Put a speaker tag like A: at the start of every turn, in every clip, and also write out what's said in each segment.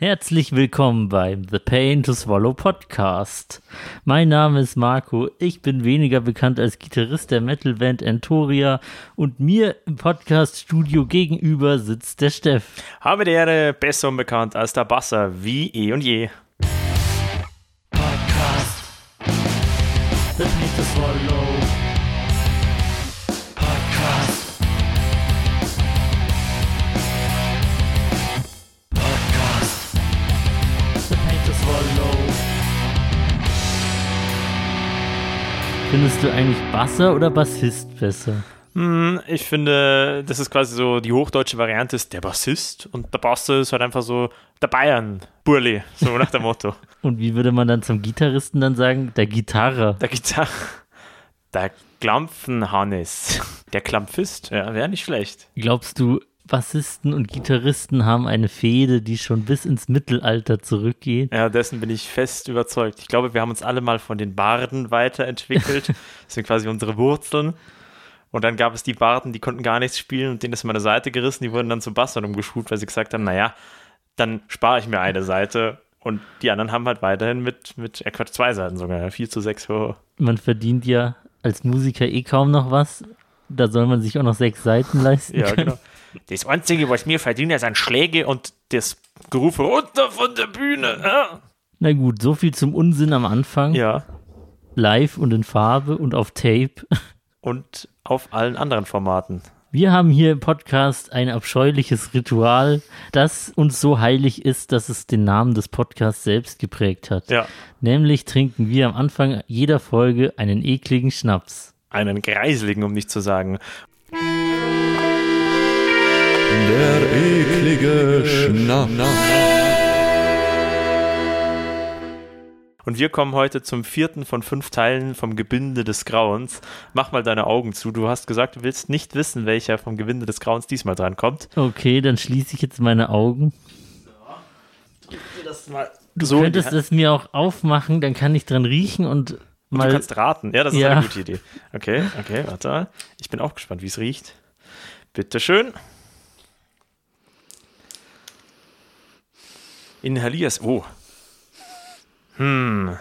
A: Herzlich willkommen beim The Pain to Swallow Podcast. Mein Name ist Marco, ich bin weniger bekannt als Gitarrist der Metalband Entoria und mir im Podcast-Studio gegenüber sitzt der Steff.
B: Habe die Ehre, besser unbekannt als der Basser, wie eh und je.
A: Podcast. The Pain to Swallow. Podcast. Podcast. The Pain to Swallow. Findest du eigentlich Basser oder Bassist besser?
B: Hm, ich finde, das ist quasi so die hochdeutsche Variante ist der Bassist und der Basser ist halt einfach so der Bayern, Burli, so nach dem Motto.
A: Und wie würde man dann zum Gitarristen dann sagen? Der Gitarre.
B: Der Gitarre, der Klampfenhannes, der Klampfist, ja, wäre nicht schlecht.
A: Glaubst du, Bassisten und Gitarristen haben eine Fehde, die schon bis ins Mittelalter zurückgeht?
B: Ja, dessen bin ich fest überzeugt. Ich glaube, wir haben uns alle mal von den Barden weiterentwickelt. Das sind quasi unsere Wurzeln. Und dann gab es die Barden, die konnten gar nichts spielen und denen ist mal eine Seite gerissen. Die wurden dann zu Bastard umgeschult, weil sie gesagt haben: Naja, dann spare ich mir eine Seite. Und die anderen haben halt weiterhin mit, mit äh Quatsch, zwei Seiten sogar, 4 zu 6. Oh.
A: Man verdient ja als Musiker eh kaum noch was. Da soll man sich auch noch sechs Seiten leisten.
B: Ja,
A: können.
B: genau. Das Einzige, was mir verdiene, sind Schläge und das Gerufe runter von der Bühne. Ah.
A: Na gut, so viel zum Unsinn am Anfang.
B: Ja,
A: Live und in Farbe und auf Tape.
B: und auf allen anderen Formaten.
A: Wir haben hier im Podcast ein abscheuliches Ritual, das uns so heilig ist, dass es den Namen des Podcasts selbst geprägt hat.
B: Ja,
A: Nämlich trinken wir am Anfang jeder Folge einen ekligen Schnaps.
B: einen Greiseligen, um nicht zu sagen.
C: Der eklige Schnaps.
B: Und wir kommen heute zum vierten von fünf Teilen vom Gebinde des Grauens. Mach mal deine Augen zu. Du hast gesagt, du willst nicht wissen, welcher vom Gebinde des Grauens diesmal drankommt.
A: Okay, dann schließe ich jetzt meine Augen.
B: Du so in die
A: Könntest
B: Hand-
A: es mir auch aufmachen, dann kann ich dran riechen und
B: du
A: mal.
B: kannst raten. Ja, das ist
A: Ja.
B: eine gute Idee. Okay, okay, warte mal. Ich bin auch gespannt, wie es riecht. Bitteschön. Inhalier's. Oh. Hm.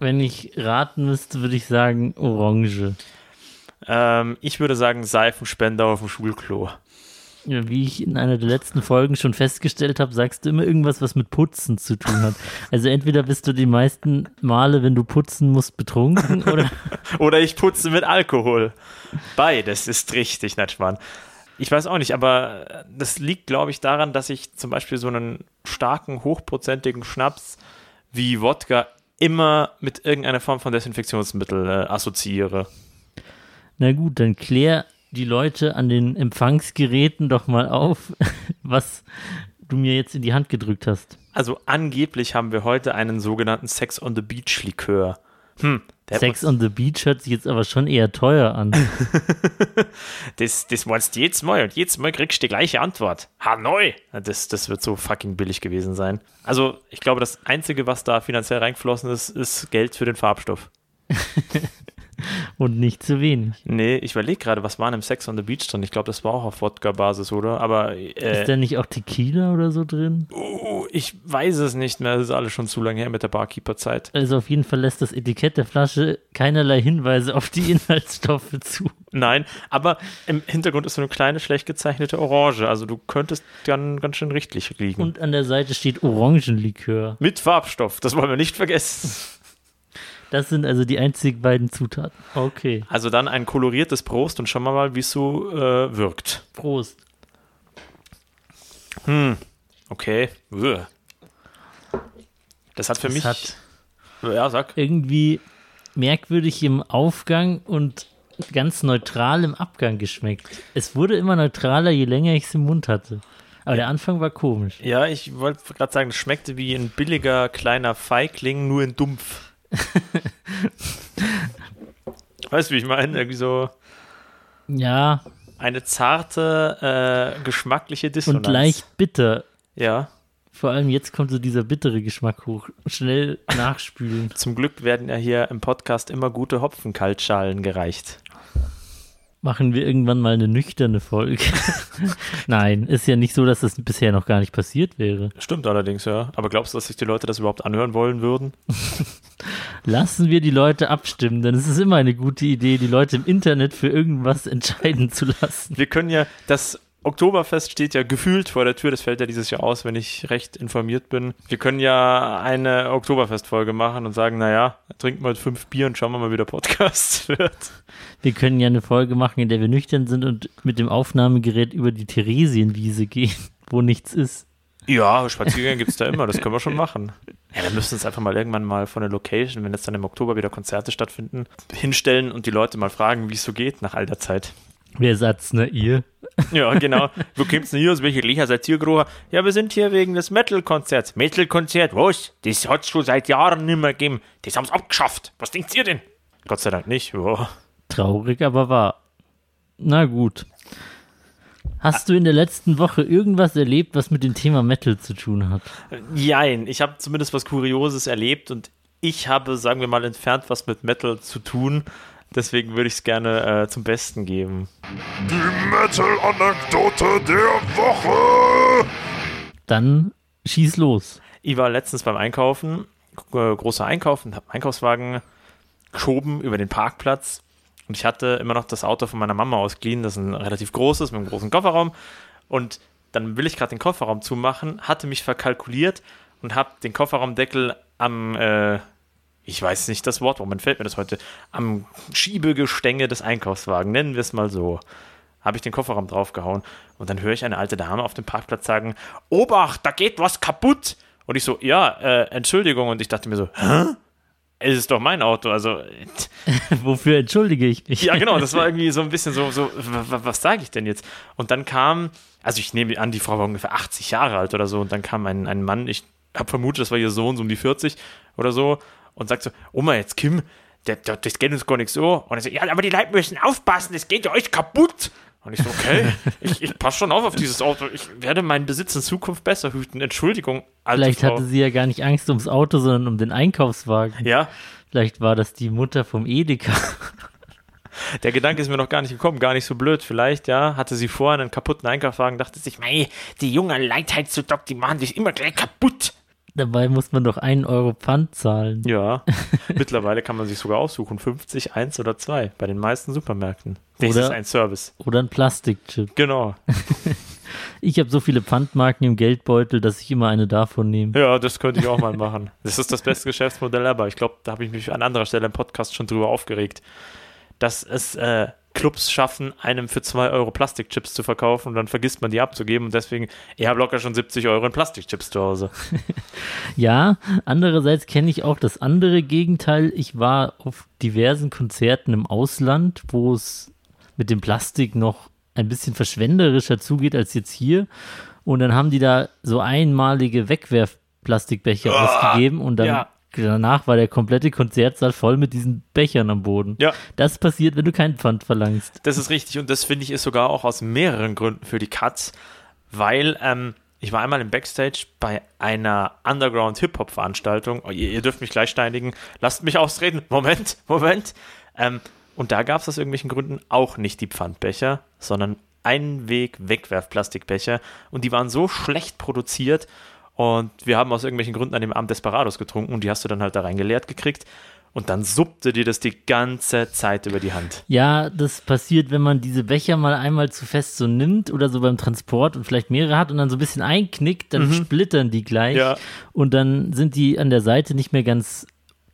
A: Wenn ich raten müsste, würde ich sagen Orange.
B: Ähm, ich würde sagen, Seifenspender auf dem Schulklo.
A: Ja, wie ich in einer der letzten Folgen schon festgestellt habe, sagst du immer irgendwas, was mit Putzen zu tun hat. Also entweder bist du die meisten Male, wenn du putzen musst, betrunken oder
B: Oder ich putze mit Alkohol. Beides ist richtig, Natschmann. Ich weiß auch nicht, aber das liegt, glaube ich, daran, dass ich zum Beispiel so einen starken, hochprozentigen Schnaps wie Wodka immer mit irgendeiner Form von Desinfektionsmittel äh, assoziiere.
A: Na gut, dann klär die Leute an den Empfangsgeräten doch mal auf, was du mir jetzt in die Hand gedrückt hast.
B: Also angeblich haben wir heute einen sogenannten Sex on the Beach Likör. Hm, der hat
A: Sex on the Beach hört sich jetzt aber schon eher teuer an.
B: Das, das meinst du jedes Mal und jedes Mal kriegst du die gleiche Antwort. Hanoi! Das, das wird so fucking billig gewesen sein. Also, ich glaube, das Einzige, was da finanziell reingeflossen ist, ist Geld für den Farbstoff.
A: Und nicht zu wenig.
B: Nee, ich überlege gerade, was war in dem Sex on the Beach drin? Ich glaube, das war auch auf Wodka-Basis, oder? Aber
A: Ist
B: äh,
A: da nicht auch Tequila oder so drin?
B: oh, ich weiß es nicht mehr. Das ist alles schon zu lange her mit der Barkeeper-Zeit.
A: Also auf jeden Fall lässt das Etikett der Flasche keinerlei Hinweise auf die Inhaltsstoffe zu.
B: Nein, aber im Hintergrund ist so eine kleine, schlecht gezeichnete Orange. Also, du könntest dann ganz schön richtig liegen.
A: Und an der Seite steht Orangenlikör.
B: mit Farbstoff, das wollen wir nicht vergessen.
A: Das sind also die einzigen beiden Zutaten. Okay.
B: Also dann ein koloriertes Prost und schauen wir mal, wie es so äh, wirkt.
A: Prost.
B: Okay. Uah. Das hat für
A: Das
B: mich.
A: hat-
B: ja, sag.
A: Irgendwie merkwürdig im Aufgang und ganz neutral im Abgang geschmeckt. Es wurde immer neutraler, je länger ich es im Mund hatte. Aber der Anfang war komisch.
B: Ja, ich wollte gerade sagen, es schmeckte wie ein billiger kleiner Feigling, nur in dumpf. weißt du, wie ich meine? Irgendwie so
A: Ja,
B: eine zarte, äh, geschmackliche
A: und
B: Dissonanz.
A: leicht bitter.
B: Ja.
A: Vor allem jetzt kommt so dieser bittere Geschmack hoch. Schnell nachspülen.
B: Zum Glück werden ja hier im Podcast immer gute Hopfenkaltschalen gereicht.
A: machen wir irgendwann mal eine nüchterne Folge. Nein, ist ja nicht so, dass das bisher noch gar nicht passiert wäre.
B: Stimmt allerdings, ja. Aber glaubst du, dass sich die Leute das überhaupt anhören wollen würden?
A: Lassen wir die Leute abstimmen, denn es ist immer eine gute Idee, die Leute im Internet für irgendwas entscheiden zu lassen.
B: Wir können ja, das Oktoberfest steht ja gefühlt vor der Tür, das fällt ja dieses Jahr aus, wenn ich recht informiert bin. Wir können ja eine Oktoberfest-Folge machen und sagen, naja, trinken wir fünf Bier und schauen wir mal, wie der Podcast wird.
A: Wir können ja eine Folge machen, in der wir nüchtern sind und mit dem Aufnahmegerät über die Theresienwiese gehen, wo nichts ist.
B: Ja, Spaziergänge gibt es da immer, das können wir schon machen. Ja, wir müssen uns einfach mal irgendwann mal von der Location, wenn jetzt dann im Oktober wieder Konzerte stattfinden, hinstellen und die Leute mal fragen, wie es so geht nach all der Zeit.
A: Wer sagt's, ne, ihr?
B: Ja, genau. Wo kommt's denn hier aus? Welcher Licher seid ihr gerufen? Ja, wir sind hier wegen des Metal-Konzerts. Metal-Konzert, was? Das hat's schon seit Jahren nicht mehr gegeben. Das haben's abgeschafft. Was denkt ihr denn? Gott sei Dank nicht. Boah.
A: Traurig, aber wahr. Na gut. Hast du in der letzten Woche irgendwas erlebt, was mit dem Thema Metal zu tun hat?
B: Jein, ich habe zumindest was Kurioses erlebt und ich habe, sagen wir mal, entfernt was mit Metal zu tun. Deswegen würde ich es gerne äh, zum Besten geben.
D: Die Metal-Anekdote der Woche!
A: Dann schieß los.
B: Ich war letztens beim Einkaufen, äh, großer Einkauf, und habe einen Einkaufswagen geschoben über den Parkplatz. Und ich hatte immer noch das Auto von meiner Mama ausgeliehen, das ist ein relativ großes, mit einem großen Kofferraum. Und dann will ich gerade den Kofferraum zumachen, hatte mich verkalkuliert und habe den Kofferraumdeckel am, äh, ich weiß nicht das Wort, warum fällt mir das heute, am Schiebegestänge des Einkaufswagens, nennen wir es mal so, habe ich den Kofferraum draufgehauen. Und dann höre ich eine alte Dame auf dem Parkplatz sagen, Obacht, da geht was kaputt. Und ich so, ja, äh, Entschuldigung. Und ich dachte mir so, hä? Es ist doch mein Auto, also
A: Wofür entschuldige ich mich?
B: Ja, genau, das war irgendwie so ein bisschen so, so w- w- was sage ich denn jetzt? Und dann kam, also ich nehme an, die Frau war ungefähr 80 Jahre alt oder so, und dann kam ein, ein Mann, ich habe vermutet, das war ihr Sohn, so um die 40 oder so, und sagt so, Oma, jetzt Kim, der, der, das geht uns gar nicht so. Und er sagt, ja, aber die Leute müssen aufpassen, das geht ja euch kaputt. Und ich so, okay, ich, ich passe schon auf auf dieses Auto, ich werde meinen Besitz in Zukunft besser hüten. Entschuldigung, alte
A: Vielleicht
B: Frau.
A: hatte sie ja gar nicht Angst ums Auto, sondern um den Einkaufswagen.
B: ja,
A: Vielleicht war das die Mutter vom Edeka.
B: Der Gedanke ist mir noch gar nicht gekommen, gar nicht so blöd. Vielleicht, ja, hatte sie vorher einen kaputten Einkaufswagen, dachte sich, mei, die jungen Leitheit zu Doc, die machen sich immer gleich kaputt.
A: Dabei muss man doch einen Euro Pfand zahlen.
B: Ja, mittlerweile kann man sich sogar aussuchen, 50, 1 oder 2 bei den meisten Supermärkten. Das
A: Oder-
B: ist ein Service.
A: Oder ein Plastikchip.
B: Genau.
A: Ich habe so viele Pfandmarken im Geldbeutel, dass ich immer eine davon nehme.
B: Ja, das könnte ich auch mal machen. Das ist das beste Geschäftsmodell aber Ich glaube, da habe ich mich an anderer Stelle im Podcast schon drüber aufgeregt, dass es äh, Clubs schaffen, einem für 2 Euro Plastikchips zu verkaufen und dann vergisst man die abzugeben und deswegen, ich habe locker schon 70 Euro in Plastikchips zu Hause.
A: Ja, andererseits kenne ich auch das andere Gegenteil. Ich war auf diversen Konzerten im Ausland, wo es mit dem Plastik noch ein bisschen verschwenderischer zugeht als jetzt hier. Und dann haben die da so einmalige Wegwerfplastikbecher ausgegeben und dann
B: Ah, ja.
A: danach war der komplette Konzertsaal voll mit diesen Bechern am Boden.
B: Ja.
A: Das passiert, wenn du keinen Pfand verlangst.
B: Das ist richtig und das finde ich ist sogar auch aus mehreren Gründen für die Cuts, weil ähm, ich war einmal im Backstage bei einer Underground-Hip-Hop-Veranstaltung. Oh, ihr, ihr dürft mich gleich steinigen. Lasst mich ausreden. Moment, Moment. Ähm, und da gab es aus irgendwelchen Gründen auch nicht die Pfandbecher, sondern Einweg-Wegwerf-Plastikbecher. Und die waren so schlecht produziert. Und wir haben aus irgendwelchen Gründen an dem Abend Desperados getrunken und die hast du dann halt da reingeleert gekriegt. Und dann suppte dir das die ganze Zeit über die Hand.
A: Ja, das passiert, wenn man diese Becher mal einmal zu fest so nimmt oder so beim Transport und vielleicht mehrere hat und dann so ein bisschen einknickt, dann splittern die gleich
B: Mhm. Ja.
A: und dann sind die an der Seite nicht mehr ganz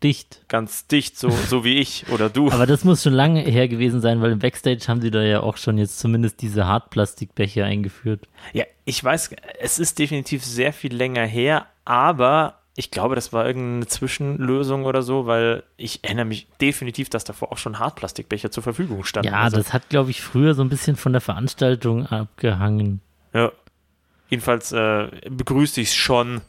A: dicht.
B: ganz dicht, so, so wie ich oder du.
A: Aber das muss schon lange her gewesen sein, weil im Backstage haben sie da ja auch schon jetzt zumindest diese Hartplastikbecher eingeführt.
B: ja, ich weiß, es ist definitiv sehr viel länger her, aber ich glaube, das war irgendeine Zwischenlösung oder so, weil ich erinnere mich definitiv, dass davor auch schon Hartplastikbecher zur Verfügung standen.
A: Ja,
B: Also,
A: das hat, glaube ich, früher so ein bisschen von der Veranstaltung abgehangen.
B: ja. Jedenfalls äh, begrüße ich es schon.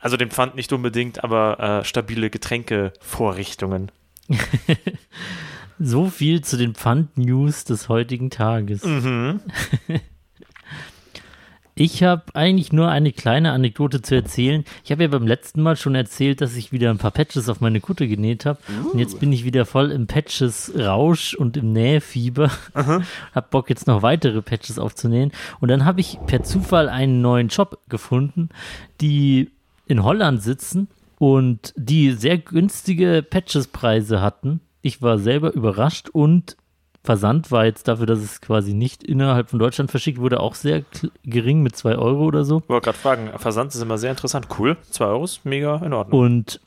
B: Also den Pfand nicht unbedingt, aber äh, stabile Getränkevorrichtungen.
A: So viel zu den Pfand-News des heutigen Tages. Ich habe eigentlich nur eine kleine Anekdote zu erzählen. Ich habe ja beim letzten Mal schon erzählt, dass ich wieder ein paar Patches auf meine Kutte genäht habe. Und jetzt bin ich wieder voll im Patches-Rausch und im Nähfieber. hab Bock, jetzt noch weitere Patches aufzunähen. Und dann habe ich per Zufall einen neuen Shop gefunden, die in Holland sitzen und die sehr günstige Patches-Preise hatten. Ich war selber überrascht und Versand war jetzt dafür, dass es quasi nicht innerhalb von Deutschland verschickt wurde, auch sehr kl- gering mit 2 Euro oder so.
B: Wollte gerade fragen, Versand ist immer sehr interessant. Cool, 2 Euro ist mega in Ordnung.
A: Und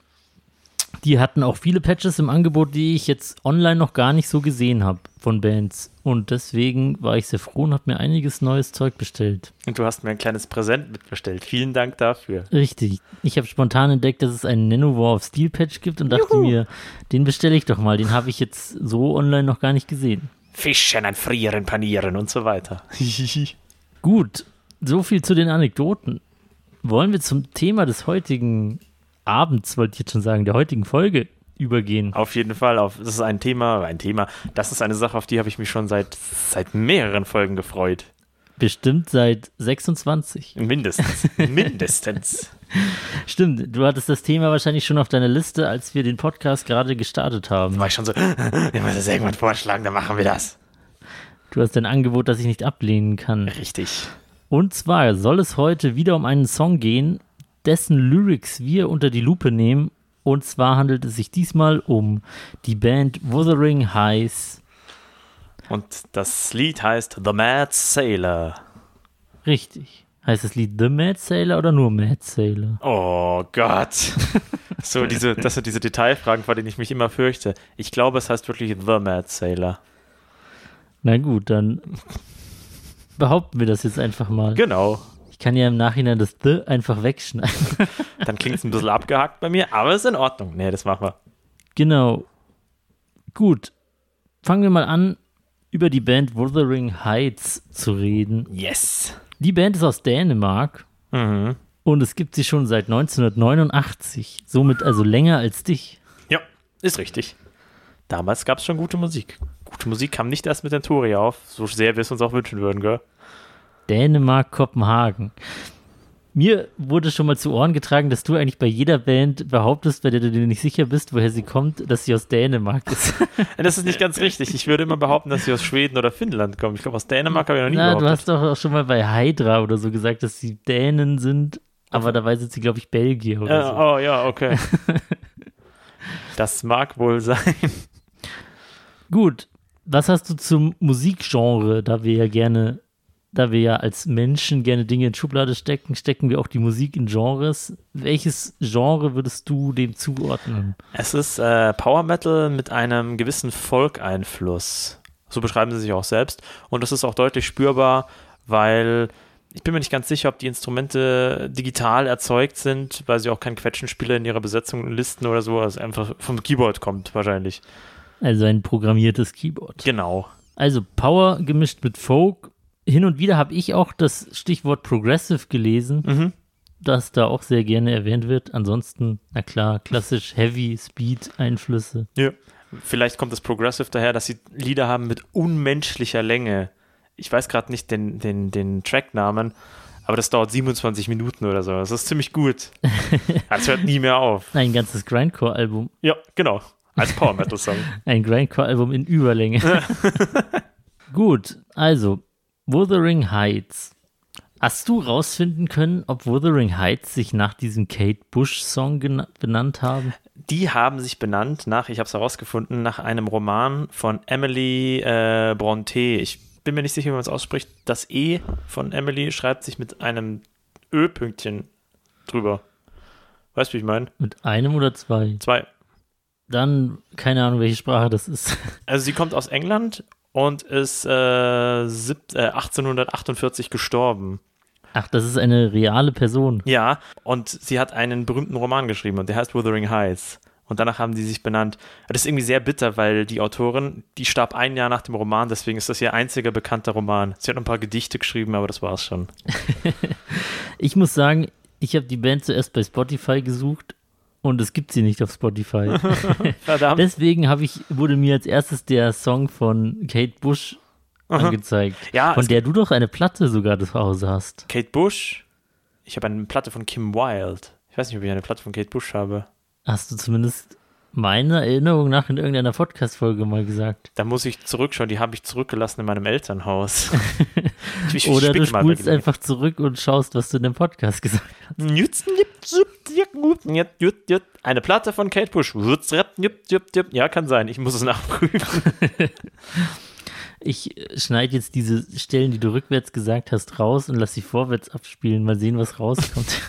A: die hatten auch viele Patches im Angebot, die ich jetzt online noch gar nicht so gesehen habe von Bands. Und deswegen war ich sehr froh und habe mir einiges neues Zeug bestellt.
B: Und du hast mir ein kleines Präsent mitbestellt. Vielen Dank dafür.
A: Richtig. Ich habe spontan entdeckt, dass es einen Nanowar of Steel Patch gibt und dachte mir, den bestelle ich doch mal. Den habe ich jetzt so online noch gar nicht gesehen.
B: Fischen, Frieren, Panieren und so weiter.
A: Gut, so viel zu den Anekdoten. Wollen wir zum Thema des heutigen Abends, wollte ich jetzt schon sagen, der heutigen Folge übergehen?
B: Auf jeden Fall. Auf, das ist ein Thema, ein Thema. Das ist eine Sache, auf die habe ich mich schon seit, seit mehreren Folgen gefreut.
A: Bestimmt seit 26.
B: Mindestens. Mindestens.
A: Stimmt, du hattest das Thema wahrscheinlich schon auf deiner Liste, als wir den Podcast gerade gestartet haben.
B: War ich schon so, wir müssen das irgendwann vorschlagen, dann machen wir das.
A: Du hast ein Angebot, das ich nicht ablehnen kann.
B: Richtig.
A: Und zwar soll es heute wieder um einen Song gehen, dessen Lyrics wir unter die Lupe nehmen. Und zwar handelt es sich diesmal um die Band Wuthering Heights
B: Und das Lied heißt The Mad Sailor.
A: Richtig. Heißt das Lied The Mad Sailor oder nur Mad Sailor?
B: Oh Gott. So, diese, das sind diese Detailfragen, vor denen ich mich immer fürchte. Ich glaube, es heißt wirklich The Mad Sailor.
A: Na gut, dann behaupten wir das jetzt einfach mal.
B: Genau.
A: Ich kann ja im Nachhinein das The einfach wegschneiden.
B: Dann klingt es ein bisschen abgehackt bei mir, aber ist in Ordnung. Nee, das machen wir.
A: genau. Gut. Fangen wir mal an, über die Band Wuthering Heights zu reden.
B: Yes.
A: Die Band ist aus Dänemark
B: Mhm.
A: und es gibt sie schon seit 1989. Somit also länger als dich.
B: Ja, ist richtig. Damals gab es schon gute Musik. Gute Musik kam nicht erst mit den Tori auf, so sehr wir es uns auch wünschen würden, gell?
A: Dänemark, Kopenhagen. Mir wurde schon mal zu Ohren getragen, dass du eigentlich bei jeder Band behauptest, bei der du dir nicht sicher bist, woher sie kommt, dass sie aus Dänemark ist.
B: Das ist nicht ganz richtig. Ich würde immer behaupten, dass sie aus Schweden oder Finnland kommen. Ich glaube, aus Dänemark habe ich noch nie
A: Na, du
B: behauptet.
A: hast doch auch schon mal bei Hydra oder so gesagt, dass sie Dänen sind, aber dabei sind sie, glaube ich, Belgier oder so.
B: Äh, oh ja, okay. das mag wohl sein.
A: Gut, was hast du zum Musikgenre, da wir ja gerne, da wir ja als Menschen gerne Dinge in Schublade stecken, stecken wir auch die Musik in Genres. Welches Genre würdest du dem zuordnen?
B: Es ist äh, Power Metal mit einem gewissen Folk-Einfluss. So beschreiben sie sich auch selbst. Und das ist auch deutlich spürbar, weil ich bin mir nicht ganz sicher, ob die Instrumente digital erzeugt sind, weil sie auch keinen Quetschenspieler in ihrer Besetzung in Listen oder so, also einfach vom Keyboard kommt wahrscheinlich.
A: Also ein programmiertes Keyboard.
B: Genau.
A: Also Power gemischt mit Folk. Hin und wieder habe ich auch das Stichwort Progressive gelesen,
B: Mhm.
A: das da auch sehr gerne erwähnt wird. Ansonsten, na klar, klassisch Heavy Speed Einflüsse.
B: Ja. Vielleicht kommt das Progressive daher, dass sie Lieder haben mit unmenschlicher Länge. Ich weiß gerade nicht den, den, den Tracknamen, aber das dauert 27 Minuten oder so. Das ist ziemlich gut. Das hört nie mehr auf.
A: Ein ganzes Grindcore Album,
B: Ja, genau. Als Power Metal Song.
A: ein Grindcore Album in Überlänge. Gut, also Wuthering Heights. Hast du rausfinden können, ob Wuthering Heights sich nach diesem Kate Bush Song gena- benannt haben?
B: Die haben sich benannt nach, ich habe es herausgefunden, nach einem Roman von Emily äh, Bronte. Ich bin mir nicht sicher, wie man es ausspricht. Das E von Emily schreibt sich mit einem Ö-Pünktchen drüber. Weißt du, wie ich meine?
A: Mit einem oder zwei?
B: Zwei.
A: Dann keine Ahnung, welche Sprache das ist.
B: Also sie kommt aus England und ist äh, sieb- äh, 1848 gestorben.
A: Ach, das ist eine reale Person.
B: Ja, und sie hat einen berühmten Roman geschrieben und der heißt Wuthering Heights. Und danach haben die sich benannt. Das ist irgendwie sehr bitter, weil die Autorin, die starb ein Jahr nach dem Roman, deswegen ist das ihr einziger bekannter Roman. Sie hat noch ein paar Gedichte geschrieben, aber das war's schon.
A: Ich muss sagen, ich habe die Band zuerst bei Spotify gesucht und es gibt sie nicht auf Spotify.
B: Verdammt.
A: Deswegen habe ich, wurde mir als erstes der Song von Kate Bush angezeigt.
B: Ja,
A: von
B: es
A: der du doch eine Platte sogar zu Hause hast.
B: Kate Bush. Ich habe eine Platte von Kim Wilde. Ich weiß nicht, ob ich eine Platte von Kate Bush habe.
A: Hast du zumindest meiner Erinnerung nach in irgendeiner Podcast-Folge mal gesagt.
B: Da muss ich zurückschauen. Die habe ich zurückgelassen in meinem Elternhaus. Ich- ich
A: Oder du
B: spick mal
A: spulst
B: bei
A: einfach zurück und schaust, was du in dem Podcast gesagt hast.
B: Eine Platte von Kate Bush. Ja, kann sein. Ich muss es nachprüfen.
A: Ich äh, schneide jetzt diese Stellen, die du rückwärts gesagt hast, raus und lass sie vorwärts abspielen. Mal sehen, was rauskommt.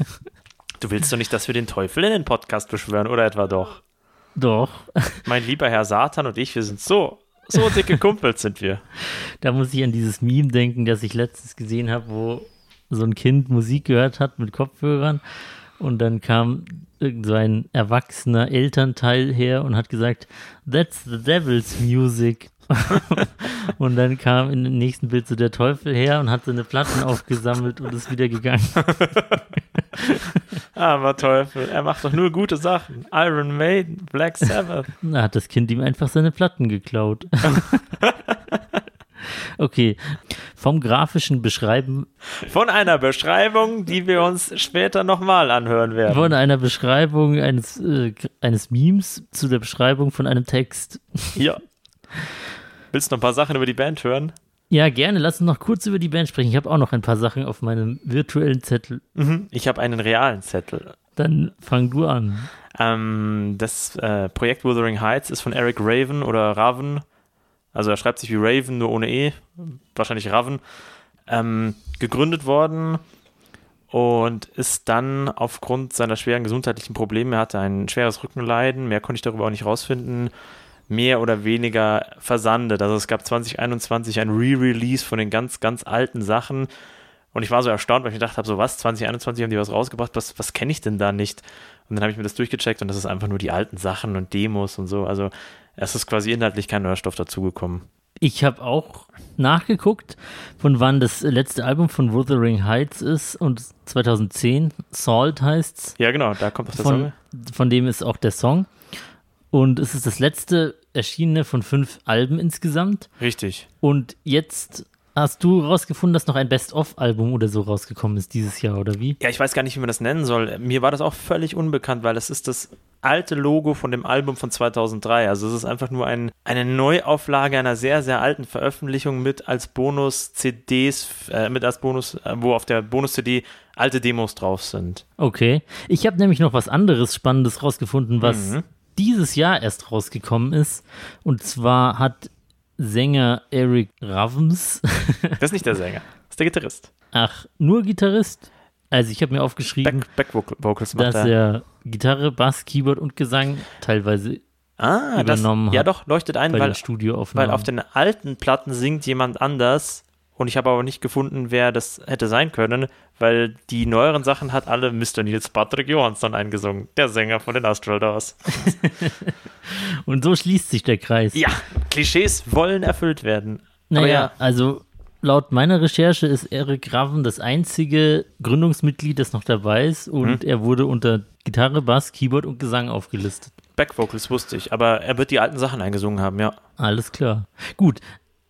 B: Du willst doch nicht, dass wir den Teufel in den Podcast beschwören, oder etwa doch?
A: Doch,
B: Mein lieber Herr Satan und ich, wir sind so, so dicke Kumpels sind wir.
A: da muss ich an dieses Meme denken, das ich letztens gesehen habe, wo so ein Kind Musik gehört hat mit Kopfhörern und dann kam irgend so ein erwachsener Elternteil her und hat gesagt, That's the Devil's Music. und dann kam in dem nächsten Bild so der Teufel her und hat seine Platten aufgesammelt und ist wieder gegangen.
B: Aber Teufel, er macht doch nur gute Sachen. Iron Maiden, Black Sabbath.
A: Da hat das Kind ihm einfach seine Platten geklaut. okay, vom grafischen Beschreiben,
B: Von einer Beschreibung, die wir uns später nochmal anhören werden.
A: von einer Beschreibung eines, äh, eines Memes zu der Beschreibung von einem Text.
B: Ja. Willst du noch ein paar Sachen über die Band hören?
A: Ja, gerne, lass uns noch kurz über die Band sprechen. Ich habe auch noch ein paar Sachen auf meinem virtuellen Zettel.
B: Ich habe einen realen Zettel.
A: Dann fang du an.
B: Ähm, das äh, Projekt Wuthering Heights ist von Eric Raven oder Raven. Also er schreibt sich wie Raven, nur ohne E. Wahrscheinlich Raven. Ähm, gegründet worden und ist dann aufgrund seiner schweren gesundheitlichen Probleme, er hatte ein schweres Rückenleiden, mehr konnte ich darüber auch nicht rausfinden, mehr oder weniger versandet. Also es gab 2021 ein Re-Release von den ganz, ganz alten Sachen. Und ich war so erstaunt, weil ich mir gedacht habe, so was, 2021 haben die was rausgebracht, was, was kenne ich denn da nicht? Und dann habe ich mir das durchgecheckt und das ist einfach nur die alten Sachen und Demos und so. Also es ist quasi inhaltlich kein neuer Stoff dazugekommen.
A: Ich habe auch nachgeguckt, von wann das letzte Album von Wuthering Heights ist und 2010, Salt heißt's.
B: Ja, genau, da kommt auch das
A: von,
B: Song.
A: von dem ist auch der Song. Und es ist das letzte erschienene von fünf Alben insgesamt.
B: Richtig.
A: Und jetzt hast du rausgefunden, dass noch ein Best-of-Album oder so rausgekommen ist dieses Jahr, oder wie?
B: Ja, ich weiß gar nicht, wie man das nennen soll. Mir war das auch völlig unbekannt, weil es ist das alte Logo von dem Album von 2003. Also es ist einfach nur ein, eine Neuauflage einer sehr, sehr alten Veröffentlichung mit als Bonus-CDs, äh, mit als Bonus, äh, wo auf der Bonus-CD alte Demos drauf sind.
A: Okay. Ich habe nämlich noch was anderes Spannendes rausgefunden, was
B: Mhm.
A: dieses Jahr erst rausgekommen ist. Und zwar hat Sänger Eric Ravens,
B: Das ist nicht der Sänger, das ist der Gitarrist.
A: ach, nur Gitarrist. Also ich habe mir aufgeschrieben,
B: Back, Back Vocals macht
A: dass
B: er.
A: er Gitarre, Bass, Keyboard und Gesang teilweise
B: Ah, das,
A: übernommen
B: ja
A: hat
B: doch, leuchtet ein,
A: bei
B: weil
A: den Studioaufnahmen.
B: Weil auf den alten Platten singt jemand anders und ich habe aber nicht gefunden, wer das hätte sein können, weil die neueren Sachen hat alle Mr. Nils Patrick Johansson eingesungen, der Sänger von den Astral Doors.
A: Und so schließt sich der Kreis.
B: Ja, Klischees wollen erfüllt werden.
A: naja,
B: aber ja.
A: also laut meiner Recherche ist Eric Raven das einzige Gründungsmitglied, das noch dabei ist
B: Hm.
A: und er wurde unter Gitarre, Bass, Keyboard und Gesang aufgelistet.
B: Backvocals wusste ich, aber er wird die alten Sachen eingesungen haben, ja.
A: Alles klar. Gut,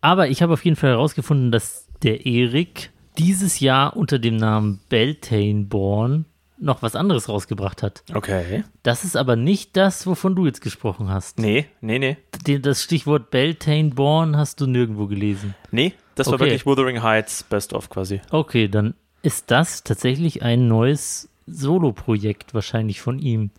A: aber ich habe auf jeden Fall herausgefunden, dass der Eric dieses Jahr unter dem Namen Beltaneborn noch was anderes rausgebracht hat.
B: Okay.
A: Das ist aber nicht das, wovon du jetzt gesprochen hast.
B: Nee, nee, nee.
A: Den- Das Stichwort Beltaneborn hast du nirgendwo gelesen.
B: Nee, das war
A: Okay.
B: wirklich Wuthering Heights Best of quasi.
A: Okay, dann ist das tatsächlich ein neues Solo-Projekt wahrscheinlich von ihm.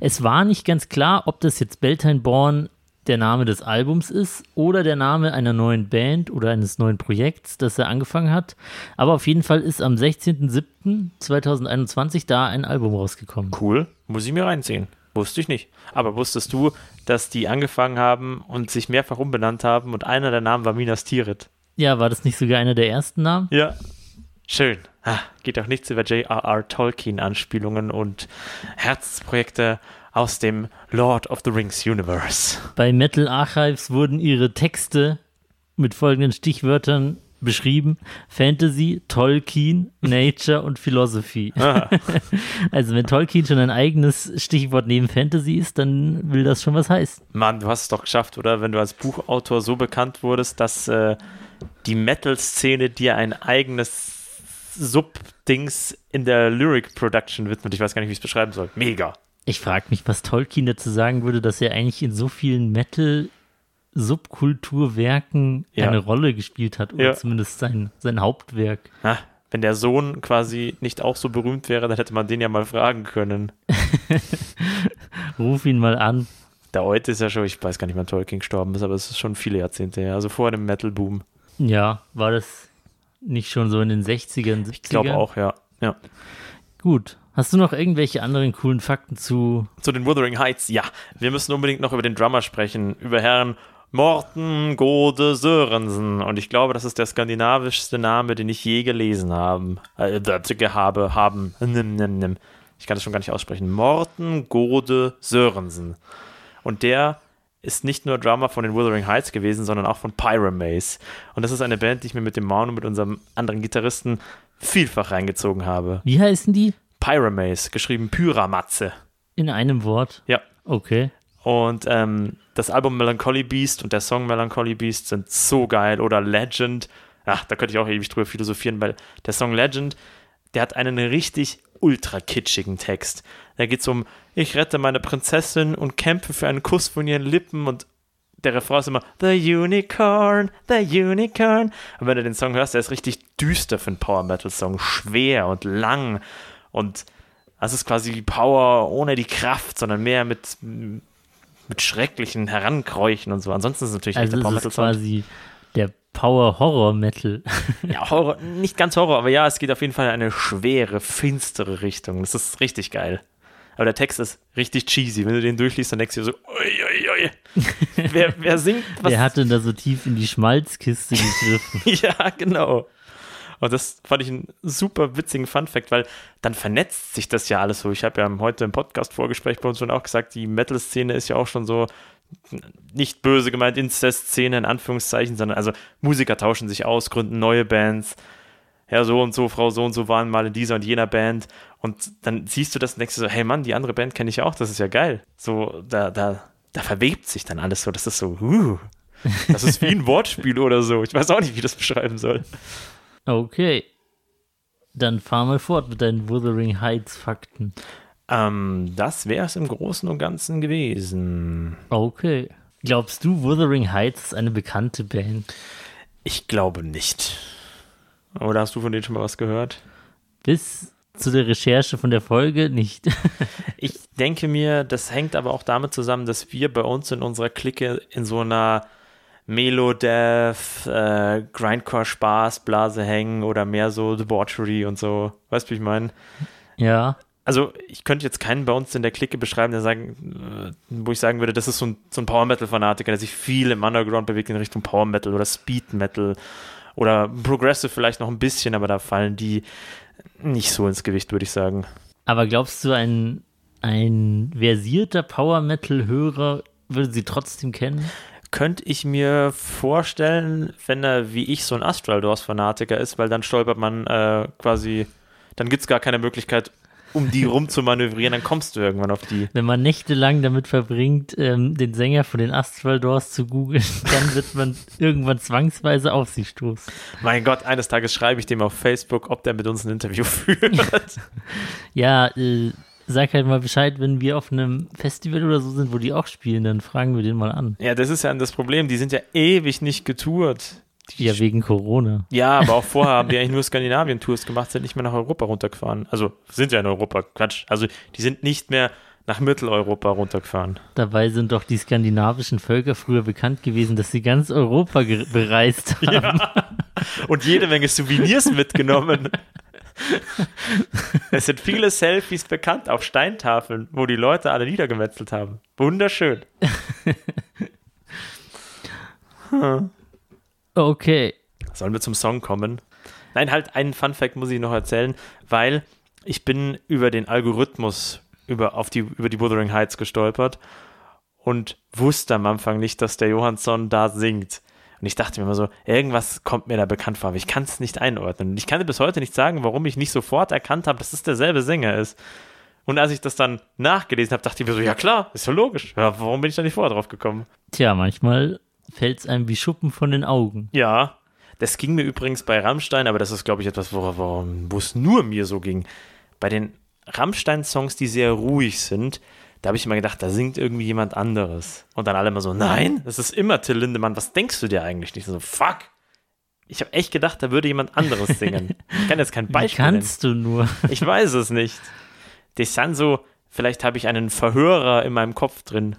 A: Es war nicht ganz klar, ob das jetzt Beltane-Born der Name des Albums ist oder der Name einer neuen Band oder eines neuen Projekts, das er angefangen hat. Aber auf jeden Fall ist am 16.07.2021 da ein Album rausgekommen.
B: Cool, muss ich mir reinziehen. Wusste ich nicht. Aber wusstest du, dass die angefangen haben und sich mehrfach umbenannt haben und einer der Namen war Minas Tirith?
A: Ja, war das nicht sogar einer der ersten Namen?
B: Ja. Schön. Ah, geht auch nichts über J.R.R. Tolkien-Anspielungen und Herzprojekte aus dem Lord of the Rings Universe.
A: Bei Metal Archives wurden ihre Texte mit folgenden Stichwörtern beschrieben: Fantasy, Tolkien, Nature und Philosophie. also, wenn Tolkien schon ein eigenes Stichwort neben Fantasy ist, dann will das schon was heißen.
B: Mann, du hast es doch geschafft, oder? Wenn du als Buchautor so bekannt wurdest, dass äh, die Metal-Szene dir ein eigenes Sub-Dings in der Lyric-Production widmet. Ich weiß gar nicht, wie ich es beschreiben soll. Mega.
A: Ich frage mich, was Tolkien dazu sagen würde, dass er eigentlich in so vielen Metal- Subkulturwerken
B: Ja.
A: eine Rolle gespielt hat, oder
B: Ja.
A: zumindest sein, sein Hauptwerk.
B: Ah, wenn der Sohn quasi nicht auch so berühmt wäre, dann hätte man den ja mal fragen können.
A: Ruf ihn mal an.
B: Der heute ist ja schon, ich weiß gar nicht, wann Tolkien gestorben ist, aber es ist schon viele Jahrzehnte her. Also vor dem Metal-Boom.
A: Ja, war das nicht schon so in den 60ern, 70ern?
B: Ich glaube auch, ja. ja.
A: Gut. Hast du noch irgendwelche anderen coolen Fakten zu
B: Zu den Wuthering Heights, ja. Wir müssen unbedingt noch über den Drummer sprechen, über Herrn Morten Gode Sørensen. Und ich glaube, das ist der skandinavischste Name, den ich je gelesen haben, äh, habe, haben. Nimm, nimm, nimm. Ich kann das schon gar nicht aussprechen. Morten Gode Sørensen. Und der ist nicht nur Drummer von den Wuthering Heights gewesen, sondern auch von Pyramaze. Und das ist eine Band, die ich mir mit dem Mauno, mit unserem anderen Gitarristen vielfach reingezogen habe.
A: Wie heißen die?
B: Pyramaze, geschrieben Pyramatze.
A: In einem Wort.
B: Ja,
A: Okay.
B: und ähm, das Album Melancholy Beast und der Song Melancholy Beast sind so geil. Oder Legend. Ach, da könnte ich auch ewig drüber philosophieren, weil der Song Legend, der hat einen richtig ultra kitschigen Text. Da geht's um, ich rette meine Prinzessin und kämpfe für einen Kuss von ihren Lippen und der Refrain ist immer The Unicorn, The Unicorn. Und wenn du den Song hörst, der ist richtig düster für einen Power Metal Song. Schwer und lang und das ist quasi Power ohne die Kraft, sondern mehr mit, mit schrecklichen Herankräuchen und so. Ansonsten ist es natürlich
A: Also
B: echter
A: es ist
B: Power-Metal-Sound.
A: quasi der Power Horror Metal.
B: Ja, Horror, nicht ganz Horror, aber ja, es geht auf jeden Fall in eine schwere, finstere Richtung. Das ist richtig geil. Aber der Text ist richtig cheesy. Wenn du den durchliest, dann denkst du dir so, oi, oi, oi. Wer, wer singt was?
A: Der hat denn da so tief in die Schmalzkiste gegriffen.
B: ja, genau. Und das fand ich einen super witzigen Funfact, weil dann vernetzt sich das ja alles so. Ich habe ja heute im Podcast-Vorgespräch bei uns schon auch gesagt, die Metal-Szene ist ja auch schon so nicht böse gemeint, Inzest-Szene in Anführungszeichen, sondern also Musiker tauschen sich aus, gründen neue Bands. Herr so und so, Frau so und so waren mal in dieser und jener Band. Und dann siehst du das und denkst dir so, hey Mann, die andere Band kenne ich ja auch, das ist ja geil. So, da, da, da verwebt sich dann alles so. Das ist so, uh, das ist wie ein Wortspiel oder so. Ich weiß auch nicht, wie ich das beschreiben soll.
A: Okay. Dann fahr mal fort mit deinen Wuthering Heights Fakten.
B: Ähm, das wäre es im Großen und Ganzen gewesen.
A: Okay. Glaubst du, Wuthering Heights ist eine bekannte Band?
B: Ich glaube nicht. Oder hast du von denen schon mal was gehört?
A: Bis zu der Recherche von der Folge nicht.
B: Ich denke mir, das hängt aber auch damit zusammen, dass wir bei uns in unserer Clique in so einer Melodeath, äh, Grindcore-Spaß-Blase hängen oder mehr so Debauchery und so. Weißt du, wie ich meine?
A: ja.
B: Also, ich könnte jetzt keinen bei uns in der Clique beschreiben, der sagen, äh, wo ich sagen würde, das ist so ein, so ein Power-Metal-Fanatiker, der sich viel im Underground bewegt in Richtung Power-Metal oder Speed-Metal oder Progressive vielleicht noch ein bisschen, aber da fallen die nicht so ins Gewicht, würde ich sagen.
A: Aber glaubst du, ein, ein versierter Power Metal Hörer würde sie trotzdem kennen?
B: könnte ich mir vorstellen, wenn er wie ich so ein Astral Doors Fanatiker ist, weil dann stolpert man äh, quasi, dann gibt es gar keine Möglichkeit, um die rumzumanövrieren, dann kommst du irgendwann auf die.
A: Wenn man nächtelang damit verbringt, ähm, den Sänger von den Astral Doors zu googeln, dann wird man irgendwann zwangsweise auf sie stoßen.
B: Mein Gott, eines Tages schreibe ich dem auf Facebook, ob der mit uns ein Interview führt.
A: Ja, äh, sag halt mal Bescheid, wenn wir auf einem Festival oder so sind, wo die auch spielen, dann fragen wir den mal an.
B: ja, das ist ja das Problem, die sind ja ewig nicht getourt.
A: Ja, wegen Corona.
B: Ja, aber auch vorher haben die eigentlich nur Skandinavien-Tours gemacht, sind nicht mehr nach Europa runtergefahren. Also sind ja in Europa, Quatsch. Also die sind nicht mehr nach Mitteleuropa runtergefahren.
A: Dabei sind doch die skandinavischen Völker früher bekannt gewesen, dass sie ganz Europa ger- bereist haben.
B: und jede Menge Souvenirs mitgenommen. es sind viele Selfies bekannt auf Steintafeln, wo die Leute alle niedergemetzelt haben. Wunderschön.
A: Okay.
B: Sollen wir zum Song kommen? Nein, halt einen Fun Fact muss ich noch erzählen, weil ich bin über den Algorithmus über, auf die, über die Wuthering Heights gestolpert und wusste am Anfang nicht, dass der Johansson da singt. Und ich dachte mir immer so, irgendwas kommt mir da bekannt vor, aber ich kann es nicht einordnen. Und ich kann dir bis heute nicht sagen, warum ich nicht sofort erkannt habe, dass es derselbe Sänger ist. Und als ich das dann nachgelesen habe, dachte ich mir so, ja klar, ist ja logisch. Ja, warum bin ich da nicht vorher drauf gekommen?
A: Tja, manchmal fällt es einem wie Schuppen von den Augen.
B: Ja, das ging mir übrigens bei Rammstein, aber das ist, glaube ich, etwas, wor- worum- wo es nur mir so ging. Bei den Rammstein-Songs, die sehr ruhig sind, da habe ich immer gedacht, da singt irgendwie jemand anderes. Und dann alle immer so, nein, das ist immer Till Lindemann, was denkst du dir eigentlich nicht? So, fuck. Ich habe echt gedacht, da würde jemand anderes singen. Ich kann jetzt kein
A: Wie
B: Beispiel nennen.
A: kannst du nur?
B: Ich weiß es nicht. Die sind so, vielleicht habe ich einen Verhörer in meinem Kopf drin.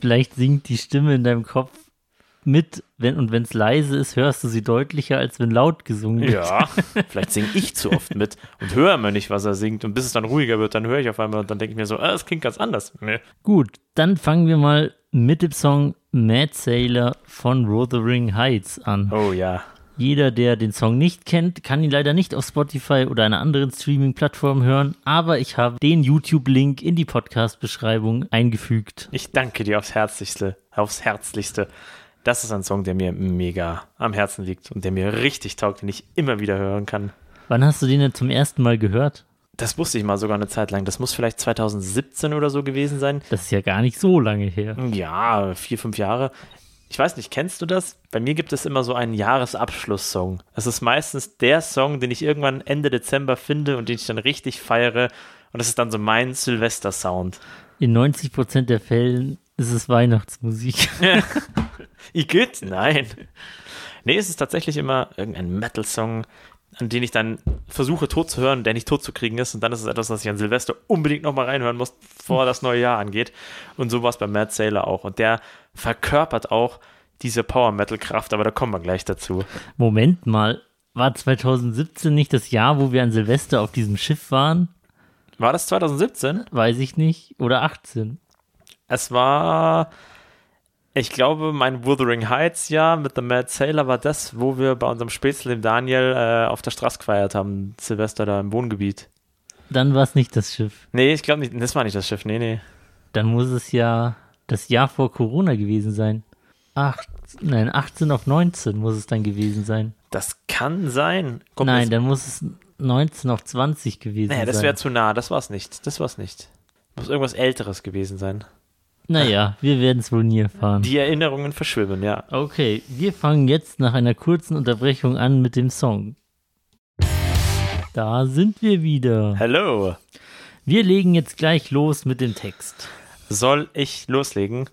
A: Vielleicht singt die Stimme in deinem Kopf mit, wenn und wenn es leise ist, hörst du sie deutlicher, als wenn laut gesungen wird.
B: Ja, vielleicht singe ich zu oft mit und höre immer nicht, was er singt. Und bis es dann ruhiger wird, dann höre ich auf einmal und dann denke ich mir so, ah, das klingt ganz anders. Nee.
A: Gut, dann fangen wir mal mit dem Song Mad Sailor von Wuthering Heights an.
B: Oh ja.
A: Jeder, der den Song nicht kennt, kann ihn leider nicht auf Spotify oder einer anderen Streaming-Plattform hören, aber ich habe den YouTube-Link in die Podcast-Beschreibung eingefügt.
B: Ich danke dir aufs Herzlichste. Aufs Herzlichste. Das ist ein Song, der mir mega am Herzen liegt und der mir richtig taugt, den ich immer wieder hören kann.
A: Wann hast du den denn zum ersten Mal gehört?
B: Das wusste ich mal sogar eine Zeit lang. Das muss vielleicht 2017 oder so gewesen sein.
A: Das ist ja gar nicht so lange her.
B: Ja, vier, fünf Jahre. Ich weiß nicht, kennst du das? Bei mir gibt es immer so einen Jahresabschlusssong. Es ist meistens der Song, den ich irgendwann Ende Dezember finde und den ich dann richtig feiere. Und das ist dann so mein Silvester-Sound.
A: In 90% der Fällen ist es Weihnachtsmusik.
B: Igitt? Nein. Nee, es ist tatsächlich immer irgendein Metal-Song, an den ich dann versuche tot zu hören, der nicht tot zu kriegen ist. Und dann ist es etwas, was ich an Silvester unbedingt nochmal reinhören muss, bevor das neue Jahr angeht. Und so war es bei Matt Sailor auch. Und der verkörpert auch diese Power-Metal-Kraft, aber da kommen wir gleich dazu.
A: Moment mal, war 2017 nicht das Jahr, wo wir an Silvester auf diesem Schiff waren?
B: War das 2017?
A: Weiß ich nicht. Oder 18.
B: Es war, ich glaube, mein Wuthering Heights Jahr mit The Mad Sailor war das, wo wir bei unserem Spätzle, dem Daniel, äh, auf der Straße gefeiert haben, Silvester da im Wohngebiet.
A: Dann war es nicht das Schiff.
B: Nee, ich glaube nicht, das war nicht das Schiff, nee, nee.
A: Dann muss es ja das Jahr vor Corona gewesen sein. Acht, nein, 18 auf 19 muss es dann gewesen sein.
B: Das kann sein. Kommt
A: nein,
B: das,
A: dann muss es 19 auf 20 gewesen
B: nee, das
A: sein.
B: wäre zu nah, das war's nicht, das war's nicht. Muss irgendwas Älteres gewesen sein.
A: Naja,
B: Ah.
A: wir werden es wohl nie erfahren.
B: Die Erinnerungen verschwimmen, ja.
A: Okay, wir fangen jetzt nach einer kurzen Unterbrechung an mit dem Song. Da sind wir wieder.
B: Hello,
A: Wir legen jetzt gleich los mit dem Text.
B: soll ich loslegen?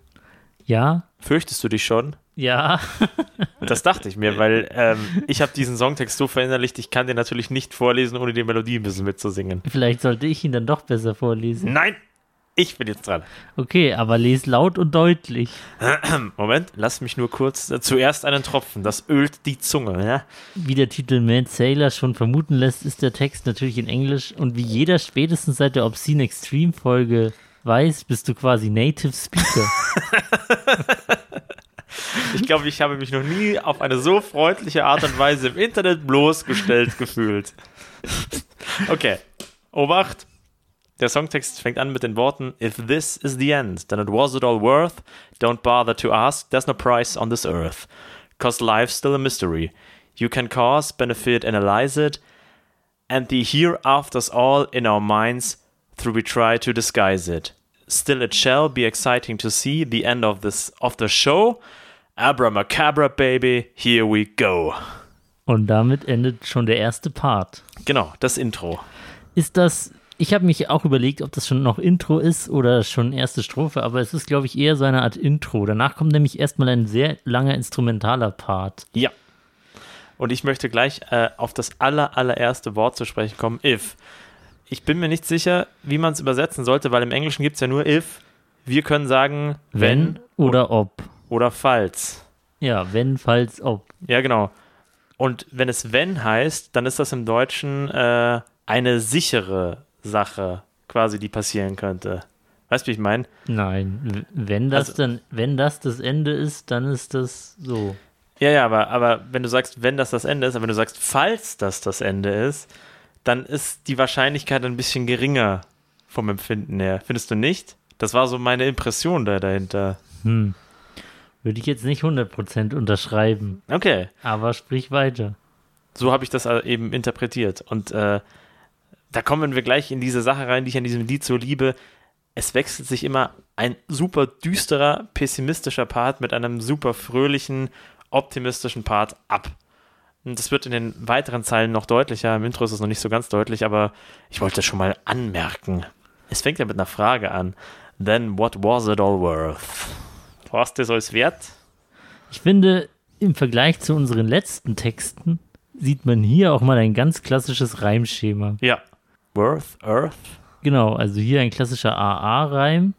A: Ja?
B: Fürchtest du dich schon?
A: Ja.
B: Das dachte ich mir, weil ähm, ich habe diesen Songtext so verinnerlicht, ich kann den natürlich nicht vorlesen, ohne die Melodie ein bisschen mitzusingen.
A: Vielleicht sollte ich ihn dann doch besser vorlesen.
B: Nein, ich bin jetzt dran.
A: Okay, aber les laut und deutlich.
B: Moment, lass mich nur kurz äh, zuerst einen Tropfen, das ölt die Zunge. Ja?
A: Wie der Titel Mad Sailor schon vermuten lässt, ist der Text natürlich in Englisch und wie jeder spätestens seit der Obscene Extreme Folge weiß, bist du quasi Native Speaker.
B: Ich glaube, ich habe mich noch nie auf eine so freundliche Art und Weise im Internet bloßgestellt gefühlt. Okay, Obacht. Der Songtext fängt an mit den Worten If this is the end, then it was it all worth. Don't bother to ask, there's no price on this earth. Cause life's still a mystery. You can cause, benefit, analyze it, and the hereafter's all in our minds through we try to disguise it. Still it shall be exciting to see the end of this of the show. Abracadabra, baby, here we go.
A: und damit endet schon der erste Part.
B: Genau, das Intro.
A: Ist das, ich habe mich auch überlegt, ob das schon noch Intro ist oder schon erste Strophe, aber es ist, glaube ich, eher so eine Art Intro. Danach kommt nämlich erstmal ein sehr langer instrumentaler Part.
B: Ja. Und ich möchte gleich äh, auf das aller, allererste Wort zu sprechen kommen, if. Ich bin mir nicht sicher, wie man es übersetzen sollte, weil im Englischen gibt es ja nur if. Wir können sagen, wenn
A: oder ob.
B: oder falls.
A: Ja, wenn, falls, ob.
B: Ja, genau. Und wenn es wenn heißt, dann ist das im Deutschen äh, eine sichere Sache, quasi, die passieren könnte. Weißt du, wie ich meine?
A: Nein, w- wenn das
B: Also-
A: dann, wenn das das Ende ist, dann ist das so.
B: Ja, ja, aber, aber wenn du sagst, wenn das das Ende ist, aber wenn du sagst, falls das das Ende ist, dann ist die Wahrscheinlichkeit ein bisschen geringer vom Empfinden her. Findest du nicht? Das war so meine Impression da dahinter.
A: Würde ich jetzt nicht 100% unterschreiben,
B: Okay.
A: aber sprich weiter.
B: So habe ich das äh, eben interpretiert. Und äh, da kommen wir gleich in diese Sache rein, die ich an diesem Lied so liebe. Es wechselt sich immer ein super düsterer, pessimistischer Part mit einem super fröhlichen, optimistischen Part ab. Und das wird in den weiteren Zeilen noch deutlicher. Im Intro ist es noch nicht so ganz deutlich, aber ich wollte das schon mal anmerken. Es fängt ja mit einer Frage an. Then what was it all worth? War es das alles wert?
A: Ich finde, im Vergleich zu unseren letzten Texten sieht man hier auch mal ein ganz klassisches Reimschema.
B: Ja. Worth, Earth?
A: Genau, also hier ein klassischer AA-Reim.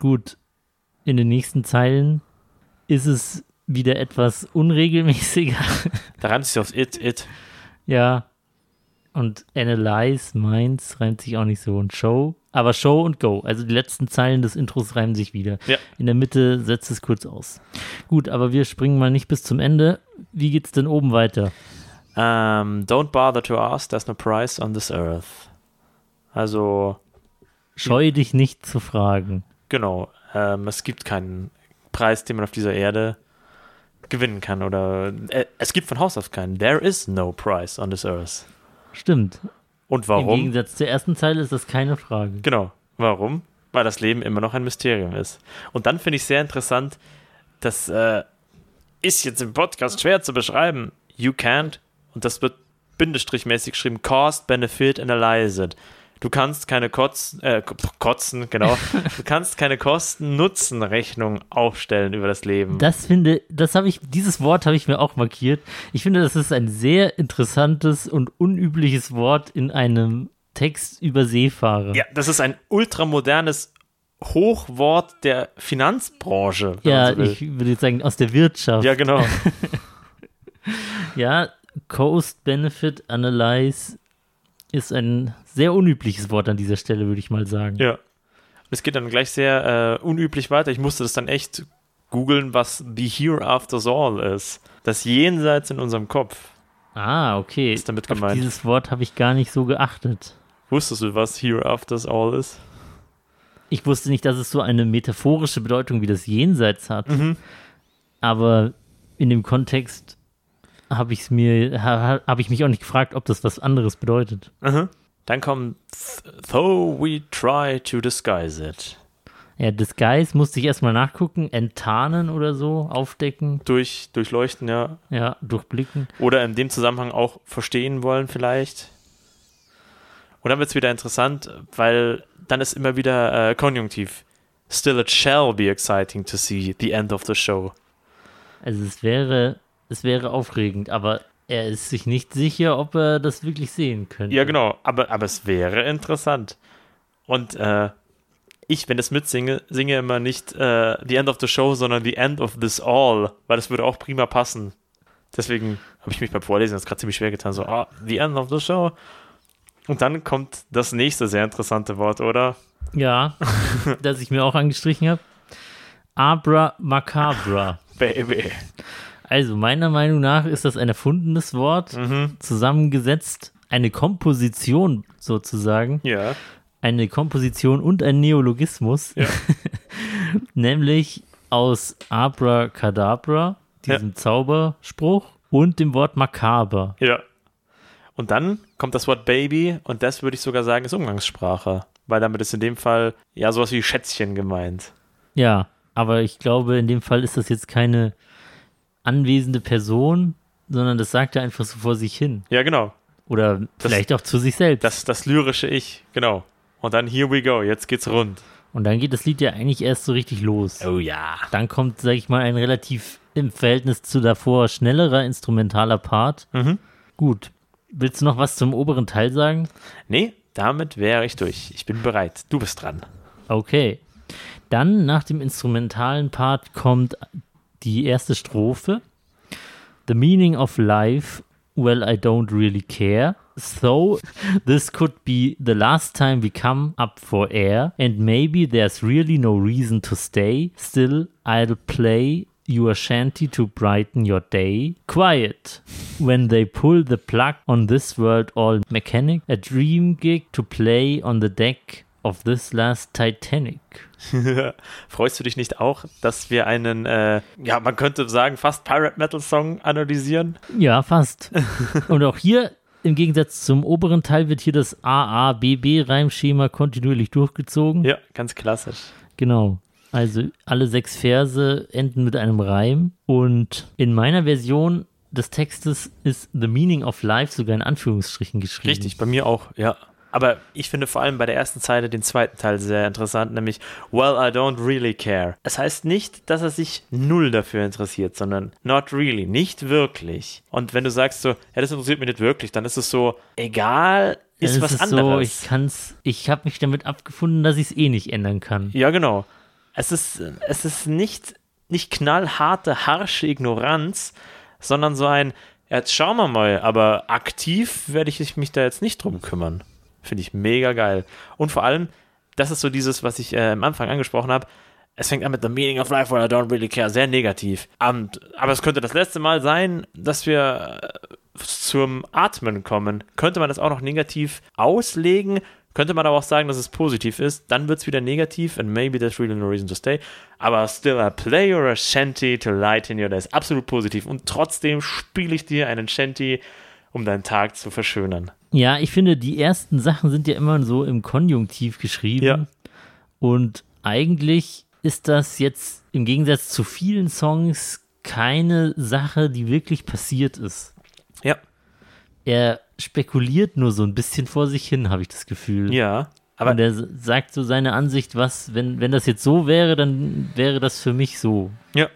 A: Gut, in den nächsten Zeilen ist es wieder etwas unregelmäßiger.
B: Da reimt sich aufs It, It.
A: ja. Und Analyze, Minds reimt sich auch nicht so. Und Show, aber Show und Go. Also die letzten Zeilen des Intros reimen sich wieder.
B: Ja.
A: In der Mitte setzt es kurz aus. Gut, aber wir springen mal nicht bis zum Ende. Wie geht's denn oben weiter?
B: Ähm, don't bother to ask, there's no price on this earth. Also,
A: Scheu dich nicht zu fragen.
B: genau, ähm, es gibt keinen Preis, den man auf dieser Erde gewinnen kann. Oder äh, es gibt von Haus aus keinen. There is no price on this earth.
A: Stimmt.
B: Und
A: Im
B: warum?
A: Gegensatz zur ersten Zeile ist das keine Frage.
B: Genau. Warum? Weil das Leben immer noch ein Mysterium ist. Und dann finde ich sehr interessant, das äh, ist jetzt im Podcast schwer zu beschreiben. You can't, und das wird bindestrichmäßig geschrieben, cost, benefit, analyze it. Du kannst keine Kotzen, äh, Kotzen, genau. Du kannst keine Kosten-Nutzen-Rechnung aufstellen über das Leben.
A: Das finde, das habe ich, dieses Wort habe ich mir auch markiert. Ich finde, das ist ein sehr interessantes und unübliches Wort in einem Text über Seefahrer.
B: ja, das ist ein ultramodernes Hochwort der Finanzbranche. wenn man
A: Ja,
B: so will.
A: ich würde jetzt sagen, aus der Wirtschaft.
B: ja,
A: Ja,
B: genau.
A: Cost Benefit Analyze ist ein sehr unübliches Wort an dieser Stelle, würde ich mal sagen.
B: Ja. Es geht dann gleich sehr äh, unüblich weiter. Ich musste das dann echt googeln, was The Hereafter's All ist. Das Jenseits in unserem Kopf.
A: Ah, okay.
B: Ist damit
A: Auf
B: gemeint.
A: Dieses Wort habe ich gar nicht so geachtet.
B: Wusstest du, was Hereafter's All ist?
A: Ich wusste nicht, dass es so eine metaphorische Bedeutung wie das Jenseits hat.
B: Mhm.
A: Aber in dem Kontext habe ich mir ha, habe ich mich auch nicht gefragt, ob das was anderes bedeutet.
B: Dann kommt "Th- Though we try to disguise it.
A: Ja, Disguise musste ich erstmal nachgucken, enttarnen oder so, aufdecken,
B: Durch, durchleuchten, ja.
A: ja, durchblicken.
B: Oder in dem Zusammenhang auch verstehen wollen, vielleicht. Und dann wird es wieder interessant, weil dann ist immer wieder äh, Konjunktiv. Still it shall be exciting to see the end of the show.
A: Also es wäre es wäre aufregend, aber er ist sich nicht sicher, ob er das wirklich sehen könnte.
B: Ja, genau, aber, aber es wäre interessant. Und äh, ich, wenn das mitsinge, singe immer nicht äh, The End of the Show, sondern The End of This All, weil das würde auch prima passen. Deswegen habe ich mich beim Vorlesen jetzt gerade ziemlich schwer getan, so, ah, The End of the Show. Und dann kommt das nächste sehr interessante Wort, oder?
A: Ja, das ich mir auch angestrichen habe. Abra macabra.
B: Baby.
A: Also, meiner Meinung nach ist das ein erfundenes Wort,
B: Mhm.
A: zusammengesetzt, eine Komposition sozusagen,
B: Ja.
A: eine Komposition und ein Neologismus,
B: Ja.
A: nämlich aus Abracadabra,
B: Ja.
A: diesem Zauberspruch, und dem Wort makaber.
B: Ja. Und dann kommt das Wort Baby und das würde ich sogar sagen, ist Umgangssprache. Weil damit ist in dem Fall ja sowas wie Schätzchen gemeint.
A: Ja, aber ich glaube, in dem Fall ist das jetzt keine anwesende Person, sondern das sagt er einfach so vor sich hin.
B: Ja, genau.
A: Oder vielleicht auch zu sich selbst.
B: Das, das lyrische Ich, genau. Und dann here we go, jetzt geht's rund.
A: Und dann geht das Lied ja eigentlich erst so richtig los.
B: Oh ja.
A: Dann kommt, sag ich mal, ein relativ im Verhältnis zu davor schnellerer instrumentaler Part.
B: Mhm.
A: Gut. Willst du noch was zum oberen Teil sagen?
B: Nee, damit wäre ich durch. Ich bin bereit. Du bist dran.
A: Okay. Dann nach dem instrumentalen Part kommt die erste Strophe. The meaning of life, well, I don't really care. So, this could be the last time we come up for air, and maybe there's really no reason to stay. Still, I'll play your shanty to brighten your day. Quiet. When they pull the plug on this world all mechanic, a dream gig to play on the deck of this last Titanic.
B: Freust du dich nicht auch, dass wir einen, äh, ja, man könnte sagen, fast Pirate Metal Song analysieren?
A: Ja, fast. Und auch hier, im Gegensatz zum oberen Teil, wird hier das AABB-Reimschema kontinuierlich durchgezogen.
B: Ja, ganz klassisch.
A: Genau. Also alle sechs Verse enden mit einem Reim. Und in meiner Version des Textes ist The Meaning of Life sogar in Anführungsstrichen geschrieben.
B: Richtig, bei mir auch, ja. Aber ich finde vor allem bei der ersten Zeile den zweiten Teil sehr interessant, nämlich Well, I don't really care. Es heißt nicht, dass er sich null dafür interessiert, sondern not really, nicht wirklich. Und wenn du sagst so, ja, das interessiert mich nicht wirklich, dann ist es so, egal, ist
A: Dann
B: was
A: es So,
B: anderes.
A: ich kann's, ich habe mich damit abgefunden, dass ich es eh nicht ändern kann.
B: Ja, genau. Es ist, es ist nicht, nicht knallharte, harsche Ignoranz, sondern so ein, "Ja, jetzt schauen wir mal, aber aktiv werde ich mich da jetzt nicht drum kümmern. Finde ich mega geil. Und vor allem, das ist so dieses, was ich äh, am Anfang angesprochen habe. Es fängt an mit The Meaning of Life, where I don't really care, sehr negativ. Und, aber es könnte das letzte Mal sein, dass wir äh, zum Atmen kommen. Könnte man das auch noch negativ auslegen? Könnte man aber auch sagen, dass es positiv ist? Dann wird es wieder negativ and maybe there's really no reason to stay. Aber still a play or a shanty to lighten your days. Absolut positiv. Und trotzdem spiele ich dir einen Shanty, um deinen Tag zu verschönern.
A: Ja, ich finde, die ersten Sachen sind ja immer so im Konjunktiv geschrieben.
B: Ja.
A: Und eigentlich ist das jetzt im Gegensatz zu vielen Songs keine Sache, die wirklich passiert ist.
B: Ja.
A: Er spekuliert nur so ein bisschen vor sich hin, habe ich das Gefühl.
B: Ja.
A: Aber
B: Aber
A: Und er s- sagt so seine Ansicht, was, wenn, wenn das jetzt so wäre, dann wäre das für mich so.
B: Ja.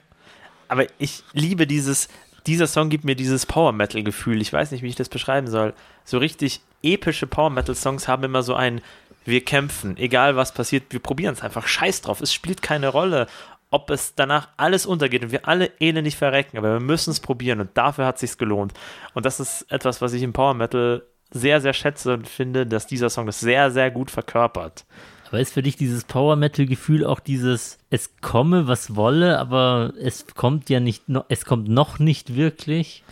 B: Aber ich liebe dieses, dieser Song gibt mir dieses Power Metal Gefühl. Ich weiß nicht, wie ich das beschreiben soll. So richtig epische Power Metal Songs haben immer so ein, wir kämpfen, egal was passiert, wir probieren es einfach. Scheiß drauf, es spielt keine Rolle, ob es danach alles untergeht und wir alle elendig verrecken, aber wir müssen es probieren und dafür hat sich's gelohnt. Und das ist etwas, was ich im Power Metal sehr, sehr schätze und finde, dass dieser Song das sehr, sehr gut verkörpert.
A: Aber ist für dich dieses Power Metal Gefühl auch dieses, es komme, was wolle, aber es kommt ja nicht, no, es kommt noch nicht wirklich?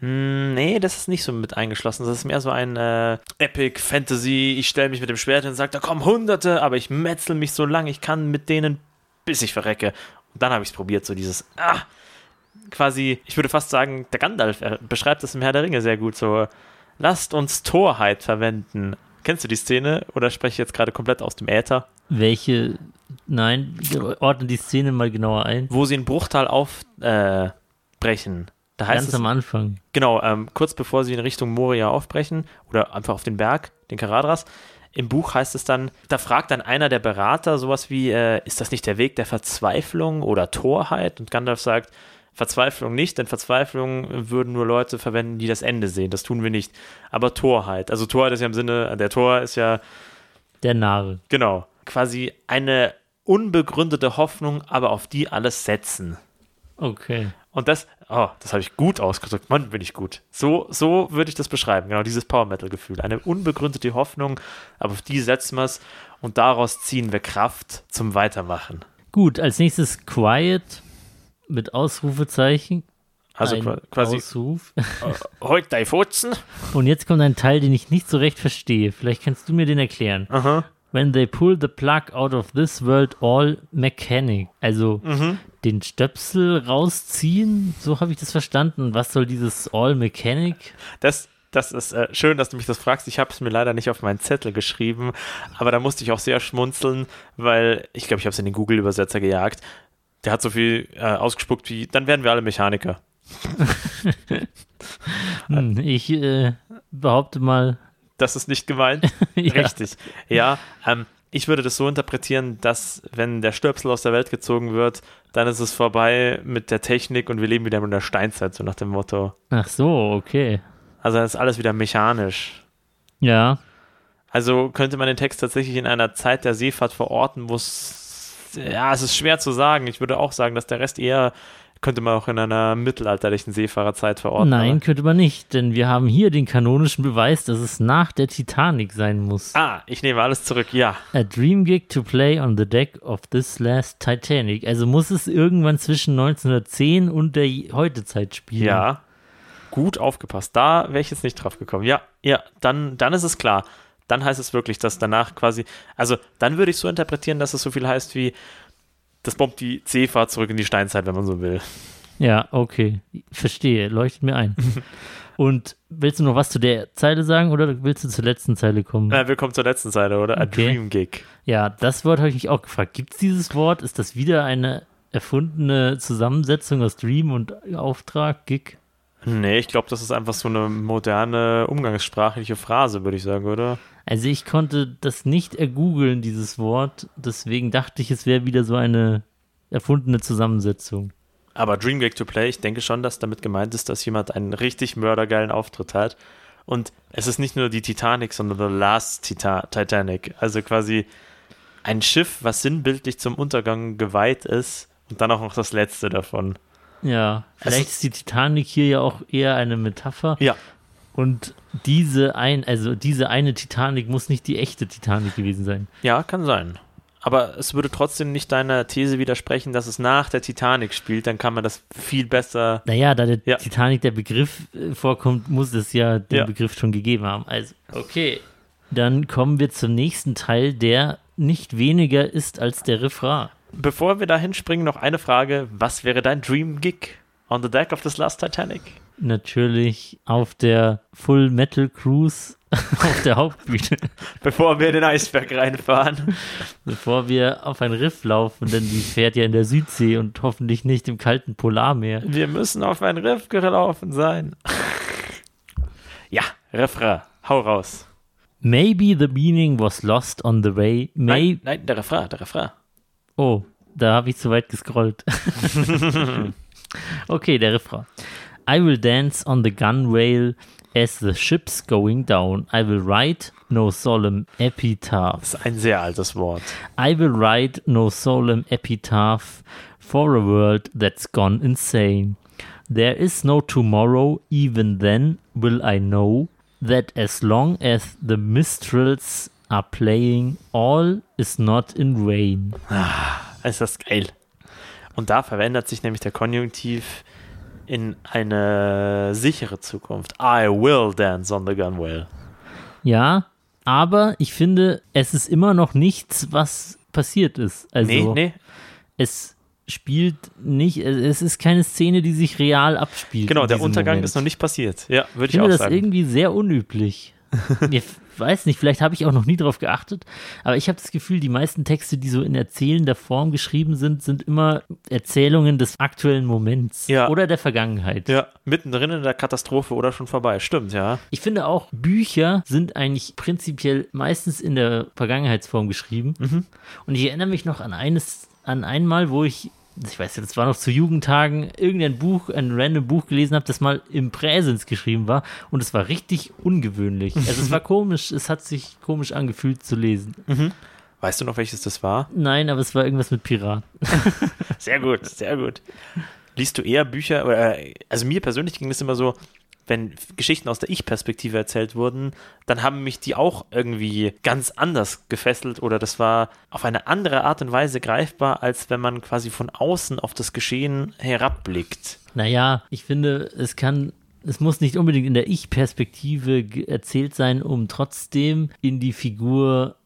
B: Mm, Nee, das ist nicht so mit eingeschlossen. Das ist mehr so ein äh, Epic Fantasy. Ich stelle mich mit dem Schwert hin und sage, da kommen Hunderte, aber ich metzel mich so lang ich kann mit denen, bis ich verrecke. Und dann habe ich es probiert, so dieses, ah, quasi, ich würde fast sagen, der Gandalf er beschreibt das im Herr der Ringe sehr gut, so, lasst uns Torheit verwenden. Kennst du die Szene oder spreche ich jetzt gerade komplett aus dem Äther?
A: Welche, nein, ordne die Szene mal genauer ein.
B: Wo sie in Bruchtal aufbrechen. Äh, brechen. da heißt
A: Ganz
B: es,
A: am Anfang.
B: Genau, ähm, kurz bevor sie in Richtung Moria aufbrechen oder einfach auf den Berg, den Karadras. Im Buch heißt es dann, da fragt dann einer der Berater sowas wie, äh, ist das nicht der Weg der Verzweiflung oder Torheit? Und Gandalf sagt, Verzweiflung nicht, denn Verzweiflung würden nur Leute verwenden, die das Ende sehen. Das tun wir nicht. Aber Torheit, also Torheit ist ja im Sinne, der Tor ist ja
A: Der Narre.
B: Genau. Quasi eine unbegründete Hoffnung, aber auf die alles setzen.
A: Okay.
B: Und das, oh, das habe ich gut ausgedrückt. Mann, bin ich gut. So, so würde ich das beschreiben. Genau, dieses Power-Metal-Gefühl. Eine unbegründete Hoffnung, aber auf die setzen wir es und daraus ziehen wir Kraft zum Weitermachen.
A: Gut, als nächstes Quiet mit Ausrufezeichen.
B: Also
A: Ein
B: qua- quasi,
A: Ausruf.
B: heut dein Futzen.
A: Und jetzt kommt ein Teil, den ich nicht so recht verstehe. Vielleicht kannst du mir den erklären. When they pull the plug out of this world, all mechanic. Also
B: Mhm.
A: den Stöpsel rausziehen, so habe ich das verstanden. Was soll dieses all mechanic?
B: Das, das ist äh, schön, dass du mich das fragst. Ich habe es mir leider nicht auf meinen Zettel geschrieben, aber da musste ich auch sehr schmunzeln, weil ich glaube, ich habe es in den Google-Übersetzer gejagt. Der hat so viel äh, ausgespuckt wie, dann werden wir alle Mechaniker.
A: Hm, ich äh, behaupte mal,
B: Das ist nicht gemeint.
A: Ja.
B: Richtig. Ja, ähm, ich würde das so interpretieren, dass wenn der Stöpsel aus der Welt gezogen wird, dann ist es vorbei mit der Technik und wir leben wieder in der Steinzeit, so nach dem Motto.
A: ach so, okay.
B: Also dann ist alles wieder mechanisch.
A: Ja,
B: Also könnte man den Text tatsächlich in einer Zeit der Seefahrt verorten, wo es. Ja, es ist schwer zu sagen. Ich würde auch sagen, dass der Rest eher könnte man auch in einer mittelalterlichen Seefahrerzeit verorten.
A: nein, könnte man nicht, denn wir haben hier den kanonischen Beweis, dass es nach der Titanic sein muss.
B: Aber, ah, ich nehme alles zurück. Ja,
A: A dream gig to play on the deck of this last Titanic. Also muss es irgendwann zwischen 1910 und der Heutezeit spielen.
B: Mhm. ja. Gut aufgepasst. Da wäre ich jetzt nicht drauf gekommen. Ja, ja, dann, dann ist es klar. dann heißt es wirklich, dass danach quasi, also dann würde ich so interpretieren, dass es so viel heißt wie, das bombt die Seefahrt zurück in die Steinzeit, wenn man so will.
A: Ja, okay. Verstehe. Leuchtet mir ein. Und willst du noch was zu der Zeile sagen oder willst du zur letzten Zeile kommen?
B: Äh, willkommen zur letzten Seite, oder? A
A: Okay.
B: Dream Gig.
A: Ja, das Wort habe ich mich auch gefragt. Gibt es dieses Wort? Ist das wieder eine erfundene Zusammensetzung aus Dream und Auftrag, Gig?
B: Nee, ich glaube, das ist einfach so eine moderne umgangssprachliche Phrase, würde ich sagen, oder?
A: Also ich konnte das nicht ergoogeln, dieses Wort. Deswegen dachte ich, es wäre wieder so eine erfundene Zusammensetzung.
B: Aber Dream Gig to Play, ich denke schon, dass damit gemeint ist, dass jemand einen richtig mördergeilen Auftritt hat. Und es ist nicht nur die Titanic, sondern The Last Tita Titanic. Also quasi ein Schiff, was sinnbildlich zum Untergang geweiht ist und dann auch noch das letzte davon.
A: Ja, vielleicht ist die Titanic hier ja auch eher eine Metapher.
B: Ja.
A: Und diese ein, also diese eine Titanic muss nicht die echte Titanic gewesen sein.
B: Ja, kann sein. Aber es würde trotzdem nicht deiner These widersprechen, dass es nach der Titanic spielt, dann kann man das viel besser.
A: Naja, da der
B: Ja.
A: Titanic der Begriff äh, vorkommt, muss es ja den
B: Ja.
A: Begriff schon gegeben haben. Also, okay. Dann kommen wir zum nächsten Teil, der nicht weniger ist als der Refrain.
B: Bevor wir da hinspringen, noch eine Frage. Was wäre dein Dream Gig on the deck of this last Titanic?
A: Natürlich auf der Full Metal Cruise auf der Hauptbühne,
B: Bevor wir in den Eisberg reinfahren.
A: bevor wir auf ein Riff laufen, denn die fährt ja in der Südsee und hoffentlich nicht im kalten Polarmeer.
B: Wir müssen auf ein Riff gelaufen sein. ja, Refrain. Hau raus.
A: Maybe the meaning was lost on the way. May
B: Nein, nein, der Refrain, der Refrain.
A: Oh, da habe ich zu weit gescrollt. okay, der Refrain. I will dance on the gunwale as the ship's going down. I will write no solemn epitaph.
B: Das ist ein sehr altes Wort.
A: I will write no solemn epitaph for a world that's gone insane. There is no tomorrow, even then will I know that as long as the mistrels are playing, all is not in vain.
B: Ist das geil. Und da verändert sich nämlich der Konjunktiv in eine sichere Zukunft. I will dance on the gunwale.
A: Ja, aber ich finde, es ist immer noch nichts, was passiert ist. Also
B: Nee, nee,
A: es spielt nicht, es ist keine Szene, die sich real abspielt.
B: genau,
A: in
B: der
A: diesem
B: Untergang
A: Moment.
B: ist noch nicht passiert. Ja,
A: Ich
B: würde ich
A: finde
B: auch
A: das
B: sagen.
A: irgendwie sehr unüblich. ich weiß nicht, vielleicht habe ich auch noch nie drauf geachtet, aber ich habe das Gefühl, die meisten Texte, die so in erzählender Form geschrieben sind, sind immer Erzählungen des aktuellen Moments
B: Ja.
A: oder der Vergangenheit.
B: Ja, mittendrin in der Katastrophe oder schon vorbei. Stimmt, ja.
A: Ich finde auch, Bücher sind eigentlich prinzipiell meistens in der Vergangenheitsform geschrieben. Und ich erinnere mich noch an eines, an einmal, wo ich, ich weiß nicht, das war noch zu Jugendtagen, irgendein Buch, ein random Buch gelesen habe, das mal im Präsens geschrieben war. Und es war richtig ungewöhnlich. Also es war komisch, es hat sich komisch angefühlt zu lesen.
B: Weißt du noch, welches das war?
A: Nein, aber es war irgendwas mit Pirat.
B: Sehr gut, sehr gut. Liest du eher Bücher? Oder, äh, also mir persönlich ging es immer so, wenn F- Geschichten aus der Ich-Perspektive erzählt wurden, dann haben mich die auch irgendwie ganz anders gefesselt oder das war auf eine andere Art und Weise greifbar, als wenn man quasi von außen auf das Geschehen herabblickt.
A: Naja, ich finde, es kann, es muss nicht unbedingt in der Ich-Perspektive ge- erzählt sein, um trotzdem in die Figur,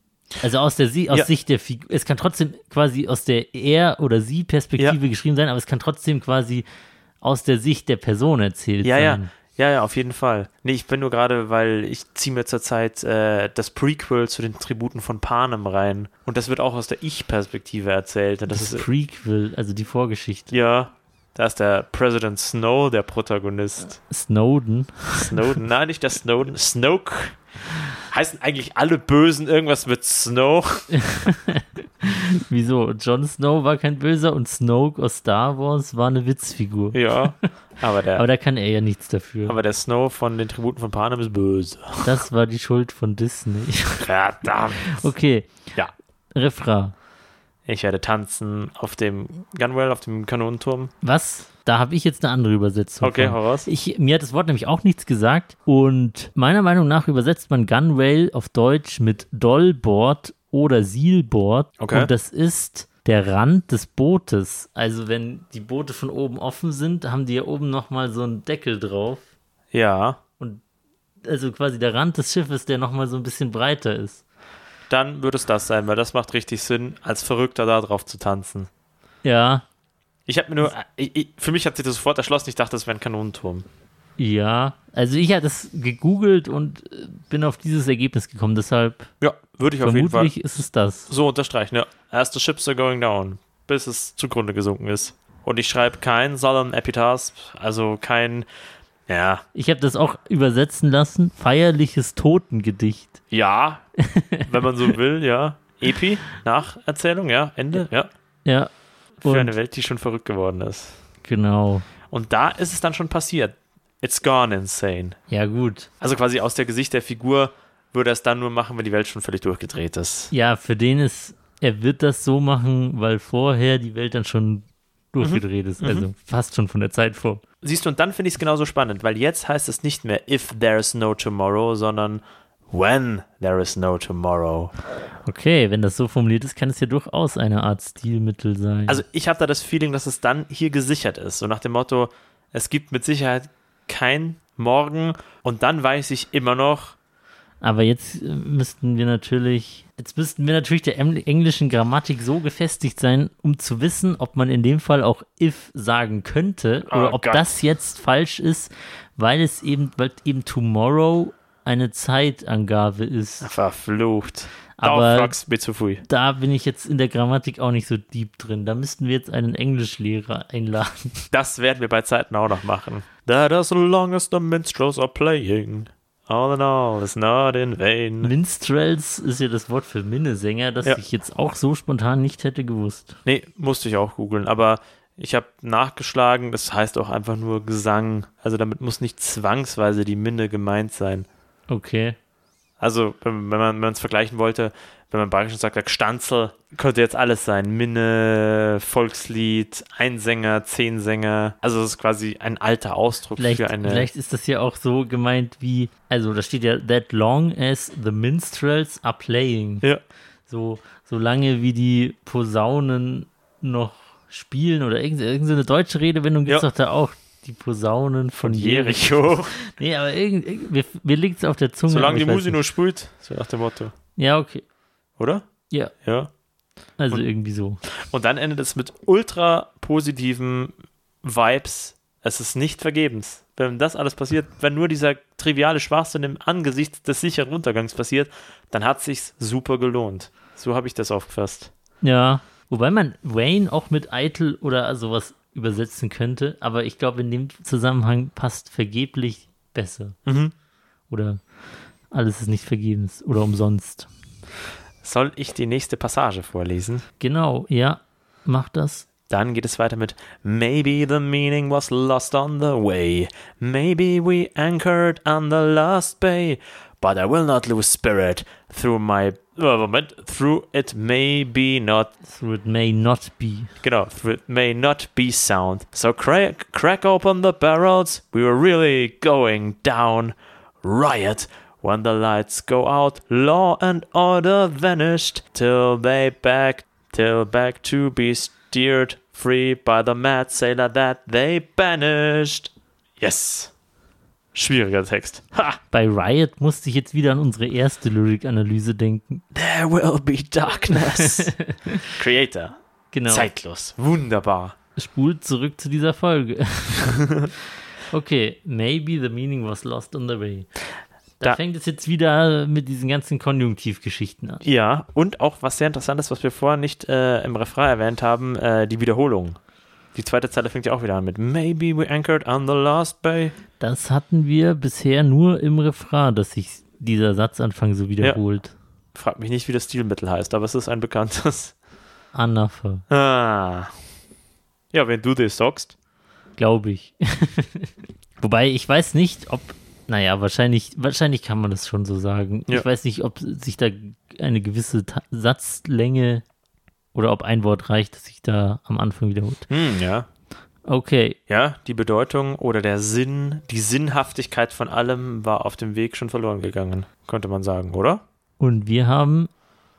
A: also aus der sie, aus
B: Ja.
A: Sicht der Figur, es kann trotzdem quasi aus der Er- oder Sie-Perspektive
B: Ja.
A: geschrieben sein, aber es kann trotzdem quasi aus der Sicht der Person erzählt
B: Ja, ja.
A: sein.
B: Ja, ja, auf jeden Fall. Nee, ich bin nur gerade, weil ich ziehe mir zurzeit äh, das Prequel zu den Tributen von Panem rein. Und das wird auch aus der Ich-Perspektive erzählt. Und das ist
A: Prequel, also die Vorgeschichte.
B: Ja, da ist der President Snow der Protagonist.
A: Snowden.
B: Snowden, nein, nicht der Snowden, Snoke. Heißen eigentlich alle Bösen irgendwas mit Snow?
A: Wieso? Jon Snow war kein Böser und Snoke aus Star Wars war eine Witzfigur.
B: Ja, aber der,
A: Aber
B: aber,
A: da kann er ja nichts dafür.
B: der Snow von den Tributen von Panem ist böse.
A: das war die Schuld von Disney.
B: Verdammt.
A: okay,
B: Ja,
A: Refrain.
B: ich werde tanzen auf dem Gunwell, auf dem Kanonenturm.
A: Was? Da habe ich jetzt eine andere Übersetzung.
B: Okay,
A: von.
B: hau raus.
A: Ich, mir hat das Wort nämlich auch nichts gesagt. Und meiner Meinung nach übersetzt man Gunwale auf Deutsch mit Dollboard oder Sealboard.
B: Okay.
A: Und das ist der Rand des Bootes. Also wenn die Boote von oben offen sind, haben die ja oben nochmal so einen Deckel drauf.
B: Ja,
A: also quasi der Rand des Schiffes, der nochmal so ein bisschen breiter ist.
B: Dann würde es das sein, weil das macht richtig Sinn, als Verrückter da drauf zu tanzen.
A: Ja,
B: Ich habe mir nur, äh, ich, ich, für mich hat sich das sofort erschlossen, ich dachte, das wäre ein Kanonenturm.
A: ja. Also ich hatte es gegoogelt und äh, bin auf dieses Ergebnis gekommen, deshalb
B: Ja, würde ich auf jeden Fall
A: vermutlich ist es das.
B: so unterstreichen. Ja. As the ships are going down, bis es zugrunde gesunken ist. Und ich schreibe kein Southern Epitaph, also kein, ja,
A: Ich habe das auch übersetzen lassen, feierliches Totengedicht.
B: ja, wenn man so will, ja. Epi, Nacherzählung, ja, Ende, ja.
A: Ja,
B: Für
A: Und-
B: eine Welt, die schon verrückt geworden ist.
A: genau.
B: Und da ist es dann schon passiert. It's gone insane.
A: Ja, gut.
B: Also quasi aus der Gesicht der Figur würde er es dann nur machen, wenn die Welt schon völlig durchgedreht ist.
A: Ja, für den ist, er wird das so machen, weil vorher die Welt dann schon
B: Mhm.
A: durchgedreht ist. Also fast schon von der Zeit vor.
B: Siehst du, und dann finde ich es genauso spannend, weil jetzt heißt es nicht mehr if there's no tomorrow, sondern when there is no tomorrow.
A: Okay, wenn das so formuliert ist, kann es ja durchaus eine Art Stilmittel sein.
B: Also ich habe da das Feeling, dass es dann hier gesichert ist. So nach dem Motto, es gibt mit Sicherheit kein Morgen und dann weiß ich immer noch,
A: Aber jetzt äh, müssten wir natürlich, jetzt müssten wir natürlich der em- englischen Grammatik so gefestigt sein, um zu wissen, ob man in dem Fall auch if sagen könnte oder
B: Oh
A: ob
B: Gott.
A: das jetzt falsch ist, weil es eben, weil eben tomorrow eine Zeitangabe ist.
B: verflucht.
A: Aber-
B: Aber fragst mir zu früh.
A: Da bin ich jetzt in der Grammatik auch nicht so deep drin. Da müssten wir jetzt einen Englischlehrer einladen.
B: Das werden wir bei Zeiten auch noch machen. That as long as the minstrels are playing, all in all is not in vain.
A: Minstrels ist ja das Wort für Minnesänger, das
B: Ja.
A: ich jetzt auch so spontan nicht hätte gewusst.
B: Nee, musste ich auch googeln, aber ich habe nachgeschlagen, das heißt auch einfach nur Gesang. Also damit muss nicht zwangsweise die Minne gemeint sein.
A: Okay.
B: Also, wenn wenn man es vergleichen wollte, wenn man bayerisch sagt, sagt, Stanzel, könnte jetzt alles sein. Minne, Volkslied, Einsänger, Zehnsänger. Also, das ist quasi ein alter Ausdruck
A: Vielleicht,
B: für eine.
A: vielleicht ist das ja auch so gemeint wie, also da steht ja, that long as the minstrels are playing.
B: Ja.
A: So, so lange wie die Posaunen noch spielen oder irgend- irgendeine deutsche Redewendung gibt es
B: Ja.
A: doch da auch. Die Posaunen von, Jericho.
B: Jericho.
A: Nee, aber irgend, irgend, mir, mir liegt es auf der Zunge. aber
B: Solange die
A: ich weiß
B: Musi
A: nicht.
B: nur spielt, so nach dem Motto.
A: Ja, okay.
B: Oder?
A: Ja,
B: Ja.
A: also irgendwie so.
B: Und dann endet es mit ultra positiven Vibes. Es ist nicht vergebens. Wenn das alles passiert, wenn nur dieser triviale Schwachsinn im Angesicht des sicheren Untergangs passiert, dann hat sich's super gelohnt. So habe ich das aufgefasst.
A: Ja. Wobei man Wayne auch mit eitel oder sowas übersetzen könnte, aber ich glaube, in dem Zusammenhang passt vergeblich besser. Oder alles ist nicht vergebens oder umsonst.
B: Soll ich die nächste Passage vorlesen?
A: Genau, ja, mach das.
B: Dann geht es weiter mit Maybe the meaning was lost on the way. Maybe we anchored on the last bay. But I will not lose spirit through my. Oh, Moment. Through it may be not
A: Through it may not be.
B: Genau, it may not be sound. So crack, crack open the barrels. We were really going down. Riot. When the lights go out, law and order vanished. Till they back, till back to be steered free by the mad sailor that they banished. Yes. Schwieriger Text. Ha!
A: Bei Riot musste ich jetzt wieder an unsere erste Lyric-Analyse denken.
B: There will be darkness. Creator.
A: Genau.
B: Zeitlos. Wunderbar.
A: Spult zurück zu dieser Folge. okay, maybe the meaning was lost on the way. Da,
B: Da-
A: fängt es jetzt wieder mit diesen ganzen Konjunktivgeschichten an.
B: Ja, und auch was sehr interessant ist, was wir vorher nicht äh, im Refrain erwähnt haben, äh, die Wiederholung. Die zweite Zeile fängt ja auch wieder an mit Maybe we anchored on the last bay.
A: Das hatten wir bisher nur im Refrain, dass sich dieser Satzanfang so wiederholt.
B: Frag mich nicht, wie das Stilmittel heißt, aber es ist ein bekanntes.
A: Anapher,
B: Ah. Ja, wenn du das sagst.
A: glaube ich. Wobei, ich weiß nicht, ob. Naja, wahrscheinlich, wahrscheinlich kann man das schon so sagen.
B: Ja.
A: Ich weiß nicht, ob sich da eine gewisse Ta Satzlänge oder ob ein Wort reicht, das sich da am Anfang wiederholt.
B: Hm, ja.
A: Okay,
B: Ja, die Bedeutung oder der Sinn, die Sinnhaftigkeit von allem war auf dem Weg schon verloren gegangen, könnte man sagen, oder?
A: Und wir haben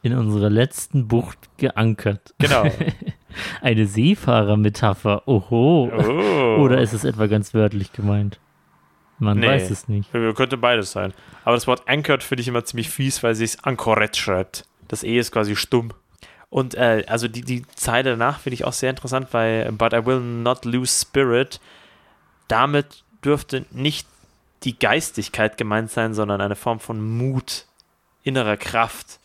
A: in unserer letzten Bucht geankert.
B: Genau.
A: Eine Seefahrermetapher. Oho.
B: Oh.
A: Oder ist es etwa ganz wörtlich gemeint? Man weiß es nicht.
B: Könnte beides sein. Aber das Wort anchored finde ich immer ziemlich fies, weil sie es anchoret schreibt. Das E ist quasi stumm. Und äh, also die, die Zeile danach finde ich auch sehr interessant, weil But I will not lose spirit. Damit dürfte nicht die Geistigkeit gemeint sein, sondern eine Form von Mut, innerer Kraft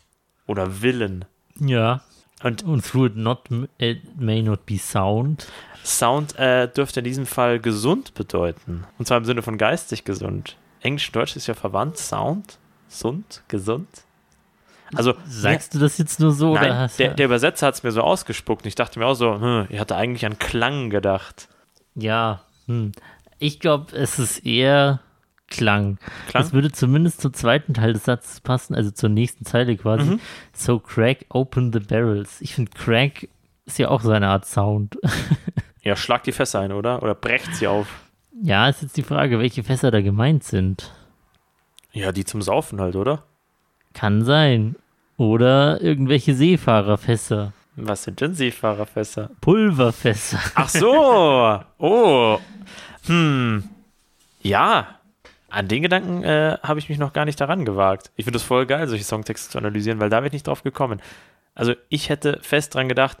B: oder Willen.
A: Ja.
B: Und-
A: und through it, not, it may not be sound.
B: Sound äh, dürfte in diesem Fall gesund bedeuten. Und zwar im Sinne von geistig gesund. Englisch und Deutsch ist ja verwandt. Sound, sund, gesund. Also,
A: Sagst du das jetzt nur so? oder
B: nein,
A: hast
B: der,
A: du,
B: der Übersetzer hat es mir so ausgespuckt. Und ich dachte mir auch so, hm, ich hatte eigentlich an Klang gedacht.
A: ja, hm. ich glaube, es ist eher Klang.
B: Klang?
A: Das würde zumindest zum zweiten Teil des Satzes passen, also zur nächsten Zeile quasi.
B: Mhm.
A: So crack, open the barrels. Ich finde, crack ist ja auch so eine Art Sound.
B: Ja, schlag die Fässer ein, oder? Oder brecht sie auf.
A: ja, ist jetzt die Frage, welche Fässer da gemeint sind.
B: Ja, die zum Saufen halt, oder?
A: Kann sein. Oder irgendwelche Seefahrerfässer.
B: Was sind denn Seefahrerfässer?
A: Pulverfässer.
B: Ach so. oh. Hm. Ja. An den Gedanken äh, habe ich mich noch gar nicht daran gewagt. Ich finde es voll geil, solche Songtexte zu analysieren, weil da bin ich nicht drauf gekommen. Also ich hätte fest dran gedacht,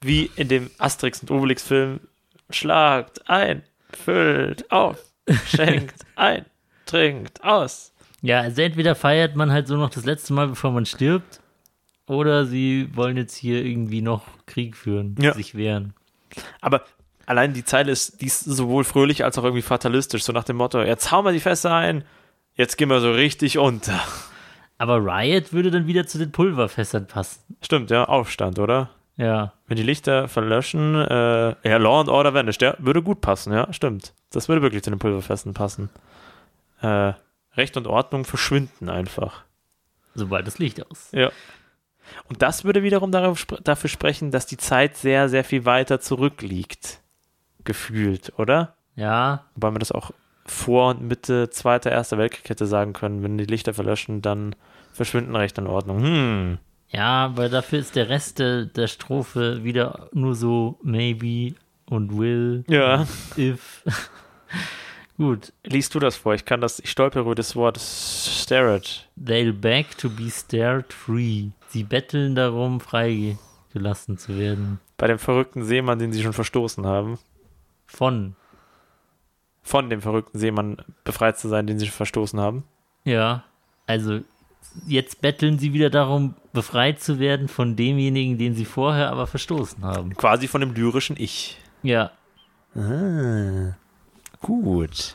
B: wie in dem Asterix und Obelix-Film, schlagt ein, füllt auf, schenkt ein, trinkt aus.
A: Ja, also entweder feiert man halt so noch das letzte Mal, bevor man stirbt, oder sie wollen jetzt hier irgendwie noch Krieg führen,
B: Ja.
A: sich wehren.
B: Aber allein die Zeile ist, die ist sowohl fröhlich als auch irgendwie fatalistisch, so nach dem Motto, jetzt hauen wir die Fässer ein, jetzt gehen wir so richtig unter.
A: Aber Riot würde dann wieder zu den Pulverfässern passen.
B: Stimmt, ja, Aufstand, oder?
A: Ja.
B: Wenn die Lichter verlöschen, äh, ja, Law and Order vanished, ja, würde gut passen, ja, stimmt. Das würde wirklich zu den Pulverfesten passen. Äh, Recht und Ordnung verschwinden einfach.
A: Sobald das Licht aus.
B: Ja. Und das würde wiederum darauf, spr- dafür sprechen, dass die Zeit sehr, sehr viel weiter zurückliegt. Gefühlt, oder?
A: Ja.
B: Wobei man das auch vor und Mitte Zweiter, Erster Weltkrieg hätte sagen können, wenn die Lichter verlöschen, dann verschwinden Recht und Ordnung. Hm.
A: Ja, aber dafür ist der Rest der, der Strophe wieder nur so maybe und will,
B: Ja.
A: if. Gut.
B: Liest du das vor? Ich kann das, ich stolpere über das Wort Starrett.
A: They'll beg to be stared free. Sie betteln darum, freigelassen zu werden.
B: Bei dem verrückten Seemann, den sie schon verstoßen haben.
A: Von.
B: Von dem verrückten Seemann befreit zu sein, den sie schon verstoßen haben.
A: Ja, also jetzt betteln sie wieder darum, befreit zu werden von demjenigen, den sie vorher aber verstoßen haben.
B: Quasi von dem lyrischen Ich.
A: Ja,
B: Gut.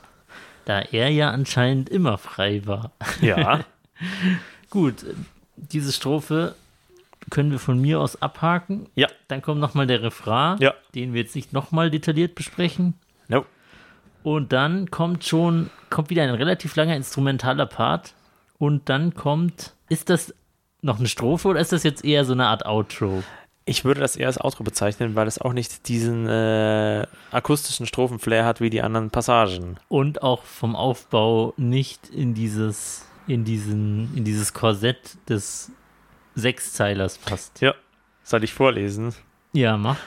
A: da er ja anscheinend immer frei war.
B: Ja.
A: Gut, diese Strophe können wir von mir aus abhaken.
B: ja.
A: Dann kommt nochmal der Refrain,
B: Ja.
A: den wir jetzt nicht nochmal detailliert besprechen.
B: No.
A: Und dann kommt schon, kommt wieder ein relativ langer instrumentaler Part. Und dann kommt, ist das noch eine Strophe oder ist das jetzt eher so eine Art Outro?
B: Ich würde das eher als Outro bezeichnen, weil es auch nicht diesen äh, akustischen Strophenflair hat wie die anderen Passagen.
A: und auch vom Aufbau nicht in dieses in diesen in dieses Korsett des Sechszeilers passt.
B: Ja. Soll ich vorlesen?
A: Ja, mach.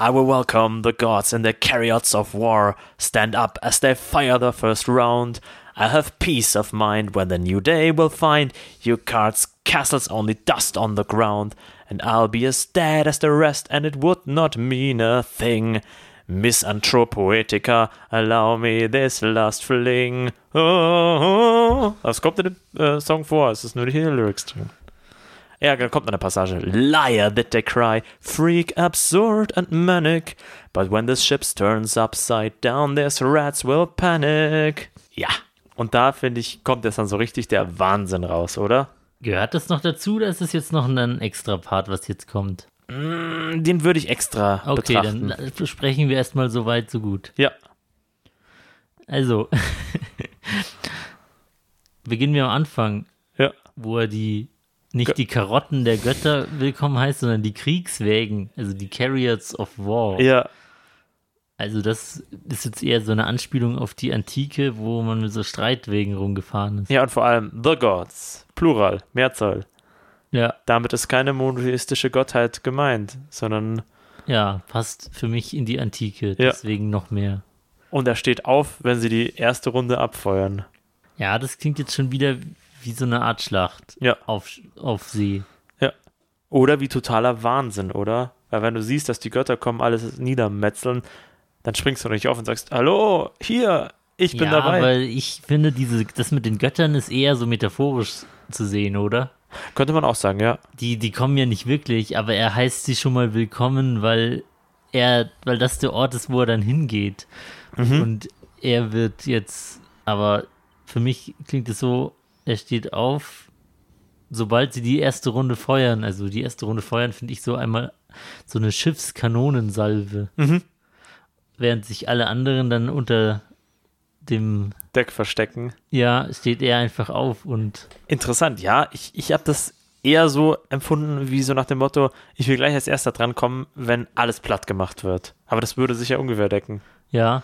B: I will welcome the gods and the chariots of war. Stand up as they fire the first round. I'll have peace of mind when the new day will find your cards, castles, only dust on the ground. And I'll be as dead as the rest, and it would not mean a thing. Miss Anthropoetica, allow me this last fling. Oh, oh, oh. Das kommt in dem äh, Song vor, es ist nur die Lyrics drin. Ja, da kommt noch eine Passage. Liar that they cry, freak, absurd and manic. But when the ship turns upside down, there's rats will panic. Ja. Und da, finde ich, kommt jetzt dann so richtig der Wahnsinn raus, oder?
A: Gehört das noch dazu oder ist das jetzt noch ein extra Part, was jetzt kommt?
B: Mm, Den würde ich extra
A: Okay,
B: betrachten.
A: dann la- sprechen wir erstmal so weit, so gut.
B: ja.
A: Also, beginnen wir am Anfang,
B: Ja.
A: wo er die nicht die Karotten der Götter willkommen heißt, sondern die Kriegswägen, also die Carriers of War.
B: Ja.
A: Also das ist jetzt eher so eine Anspielung auf die Antike, wo man mit so Streitwegen rumgefahren ist.
B: Ja, und vor allem The Gods. Plural, Mehrzahl.
A: Ja,
B: Damit ist keine monotheistische Gottheit gemeint, sondern
A: ja, passt für mich in die Antike,
B: Ja.
A: deswegen noch mehr.
B: Und er steht auf, wenn sie die erste Runde abfeuern.
A: Ja, das klingt jetzt schon wieder wie so eine Art Schlacht
B: Ja.
A: auf, auf See.
B: Oder wie totaler Wahnsinn, oder? Weil wenn du siehst, dass die Götter kommen, alles niedermetzeln, dann springst du nicht auf und sagst, hallo, hier, ich bin
A: ja,
B: dabei.
A: weil ich finde, diese, das mit den Göttern ist eher so metaphorisch zu sehen, oder?
B: Könnte man auch sagen, ja.
A: Die, die kommen ja nicht wirklich, aber er heißt sie schon mal willkommen, weil er, weil das der Ort ist, wo er dann hingeht. Und er wird jetzt, aber für mich klingt es so, er steht auf, sobald sie die erste Runde feuern, also die erste Runde feuern, finde ich so einmal so eine Schiffskanonensalve. Während sich alle anderen dann unter dem
B: Deck verstecken.
A: Ja, steht er einfach auf und
B: Interessant, ja. Ich, ich habe das eher so empfunden, wie so nach dem Motto, ich will gleich als erster drankommen, wenn alles platt gemacht wird. Aber das würde sich ja ungefähr decken.
A: ja,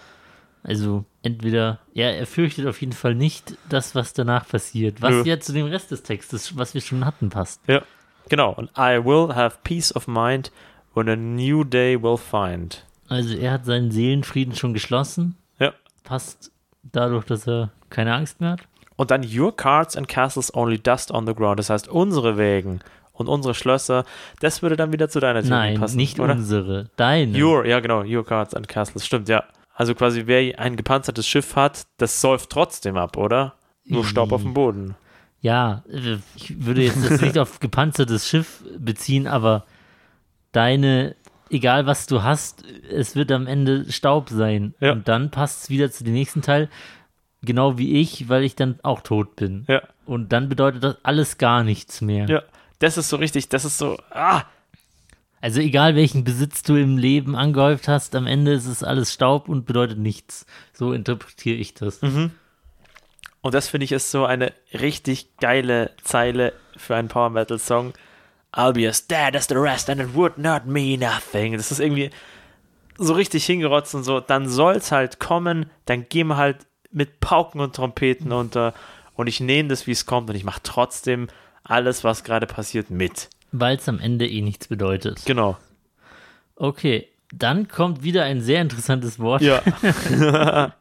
A: also entweder, ja, er fürchtet auf jeden Fall nicht das, was danach passiert, was
B: Nö.
A: ja zu dem Rest des Textes, was wir schon hatten, passt.
B: Ja. Genau. Und I will have peace of mind when a new day will find.
A: Also er hat seinen Seelenfrieden schon geschlossen,
B: Ja.
A: passt dadurch, dass er keine Angst mehr hat.
B: Und dann Your Cards and Castles only dust on the ground. Das heißt, unsere Wägen und unsere Schlösser, das würde dann wieder zu deiner Theorie
A: Nein,
B: passen.
A: nicht
B: oder?
A: unsere, deine.
B: Your, ja genau, Your Cards and Castles, stimmt, ja. Also quasi, wer ein gepanzertes Schiff hat, das säuft trotzdem ab, oder? Nur Staub auf dem Boden.
A: Ja, äh, ich würde jetzt das nicht auf gepanzertes Schiff beziehen, aber deine, egal was du hast, es wird am Ende Staub sein.
B: Ja.
A: Und dann passt es wieder zu dem nächsten Teil, genau wie ich, weil ich dann auch tot bin.
B: Ja,
A: Und dann bedeutet das alles gar nichts mehr.
B: ja. Das ist so richtig, das ist so, ah,
A: Also egal welchen Besitz du im Leben angehäuft hast, am Ende ist es alles Staub und bedeutet nichts. So interpretiere ich das.
B: Mhm. Und das finde ich ist so eine richtig geile Zeile für einen Power Metal Song. I'll be as dead as the rest and it would not mean nothing. Das ist irgendwie so richtig hingerotzt und so. Dann soll's halt kommen, dann gehen wir halt mit Pauken und Trompeten unter und ich nehme das, wie es kommt und ich mache trotzdem alles, was gerade passiert, mit.
A: Weil es am Ende eh nichts bedeutet.
B: Genau.
A: Okay, dann kommt wieder ein sehr interessantes Wort.
B: Ja.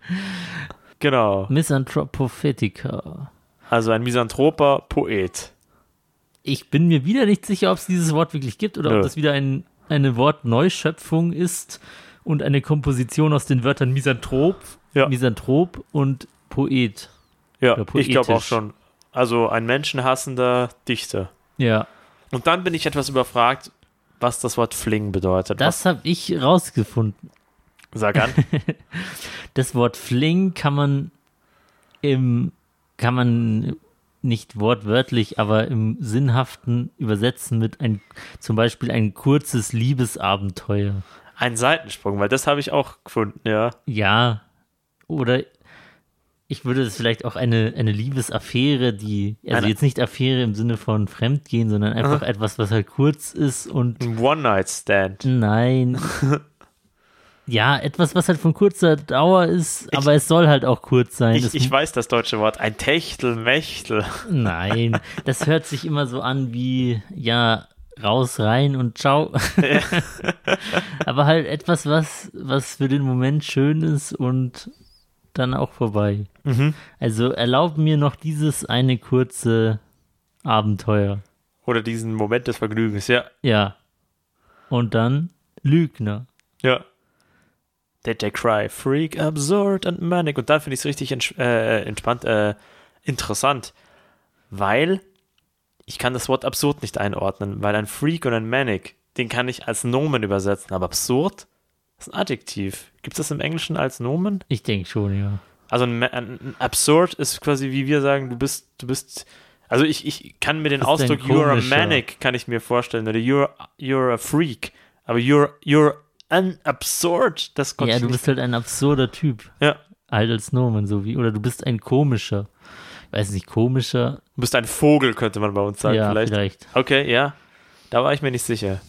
B: genau.
A: Misanthropophetica.
B: Also ein misanthroper Poet.
A: Ich bin mir wieder nicht sicher, ob es dieses Wort wirklich gibt oder
B: Nö.
A: ob das wieder ein, eine Wortneuschöpfung ist und eine Komposition aus den Wörtern Misanthrop,
B: Ja.
A: Misanthrop und Poet.
B: Ja,
A: Oder
B: ich glaube auch
A: poetisch.
B: schon. Also ein menschenhassender Dichter.
A: Ja,
B: Und dann bin ich etwas überfragt, was das Wort Fling bedeutet.
A: das habe ich rausgefunden.
B: was, sag an.
A: Das Wort Fling kann man im kann man nicht wortwörtlich, aber im sinnhaften übersetzen mit ein zum Beispiel ein kurzes Liebesabenteuer.
B: Ein Seitensprung, weil das habe ich auch gefunden, ja.
A: Ja, oder ich würde es vielleicht auch eine, eine Liebesaffäre, die, also
B: Eine-
A: jetzt nicht Affäre im Sinne von Fremdgehen, sondern einfach etwas, was halt kurz ist und
B: Ein One-Night-Stand.
A: nein. ja, etwas, was halt von kurzer Dauer ist, aber es soll halt auch kurz sein. das,
B: Ich, ich weiß das deutsche Wort. Ein Techtelmechtel.
A: nein, das hört sich immer so an wie, ja, raus, rein und ciao. aber halt etwas, was, was für den Moment schön ist und dann auch vorbei.
B: Mhm.
A: Also erlaub mir noch dieses eine kurze Abenteuer.
B: Oder diesen Moment des Vergnügens, ja.
A: Ja. Und dann Lügner.
B: Ja. Did they cry? Freak, absurd and manic. Und dann finde ich es richtig entsch- äh, entspannt, äh, interessant. Weil ich kann das Wort absurd nicht einordnen, weil ein Freak und ein Manic, den kann ich als Nomen übersetzen, aber absurd ist ein Adjektiv. Gibt es das im Englischen als Nomen?
A: Ich denke schon, ja.
B: Also ein, Ma- ein, ein absurd ist quasi, wie wir sagen, du bist, du bist. Also ich, ich kann mir den
A: Das ist ein
B: Ausdruck you're a
A: komischer-
B: manic kann ich mir vorstellen oder you're you're a freak, aber you're you're an absurd. Das konnte
A: Ja,
B: ich
A: du
B: nicht.
A: bist halt ein absurder Typ.
B: Ja,
A: Alt als Nomen, so wie. Oder du bist ein komischer. Ich weiß nicht, komischer.
B: du bist ein Vogel könnte man bei uns sagen
A: ja,
B: vielleicht.
A: vielleicht.
B: Okay, ja, da war ich mir nicht sicher.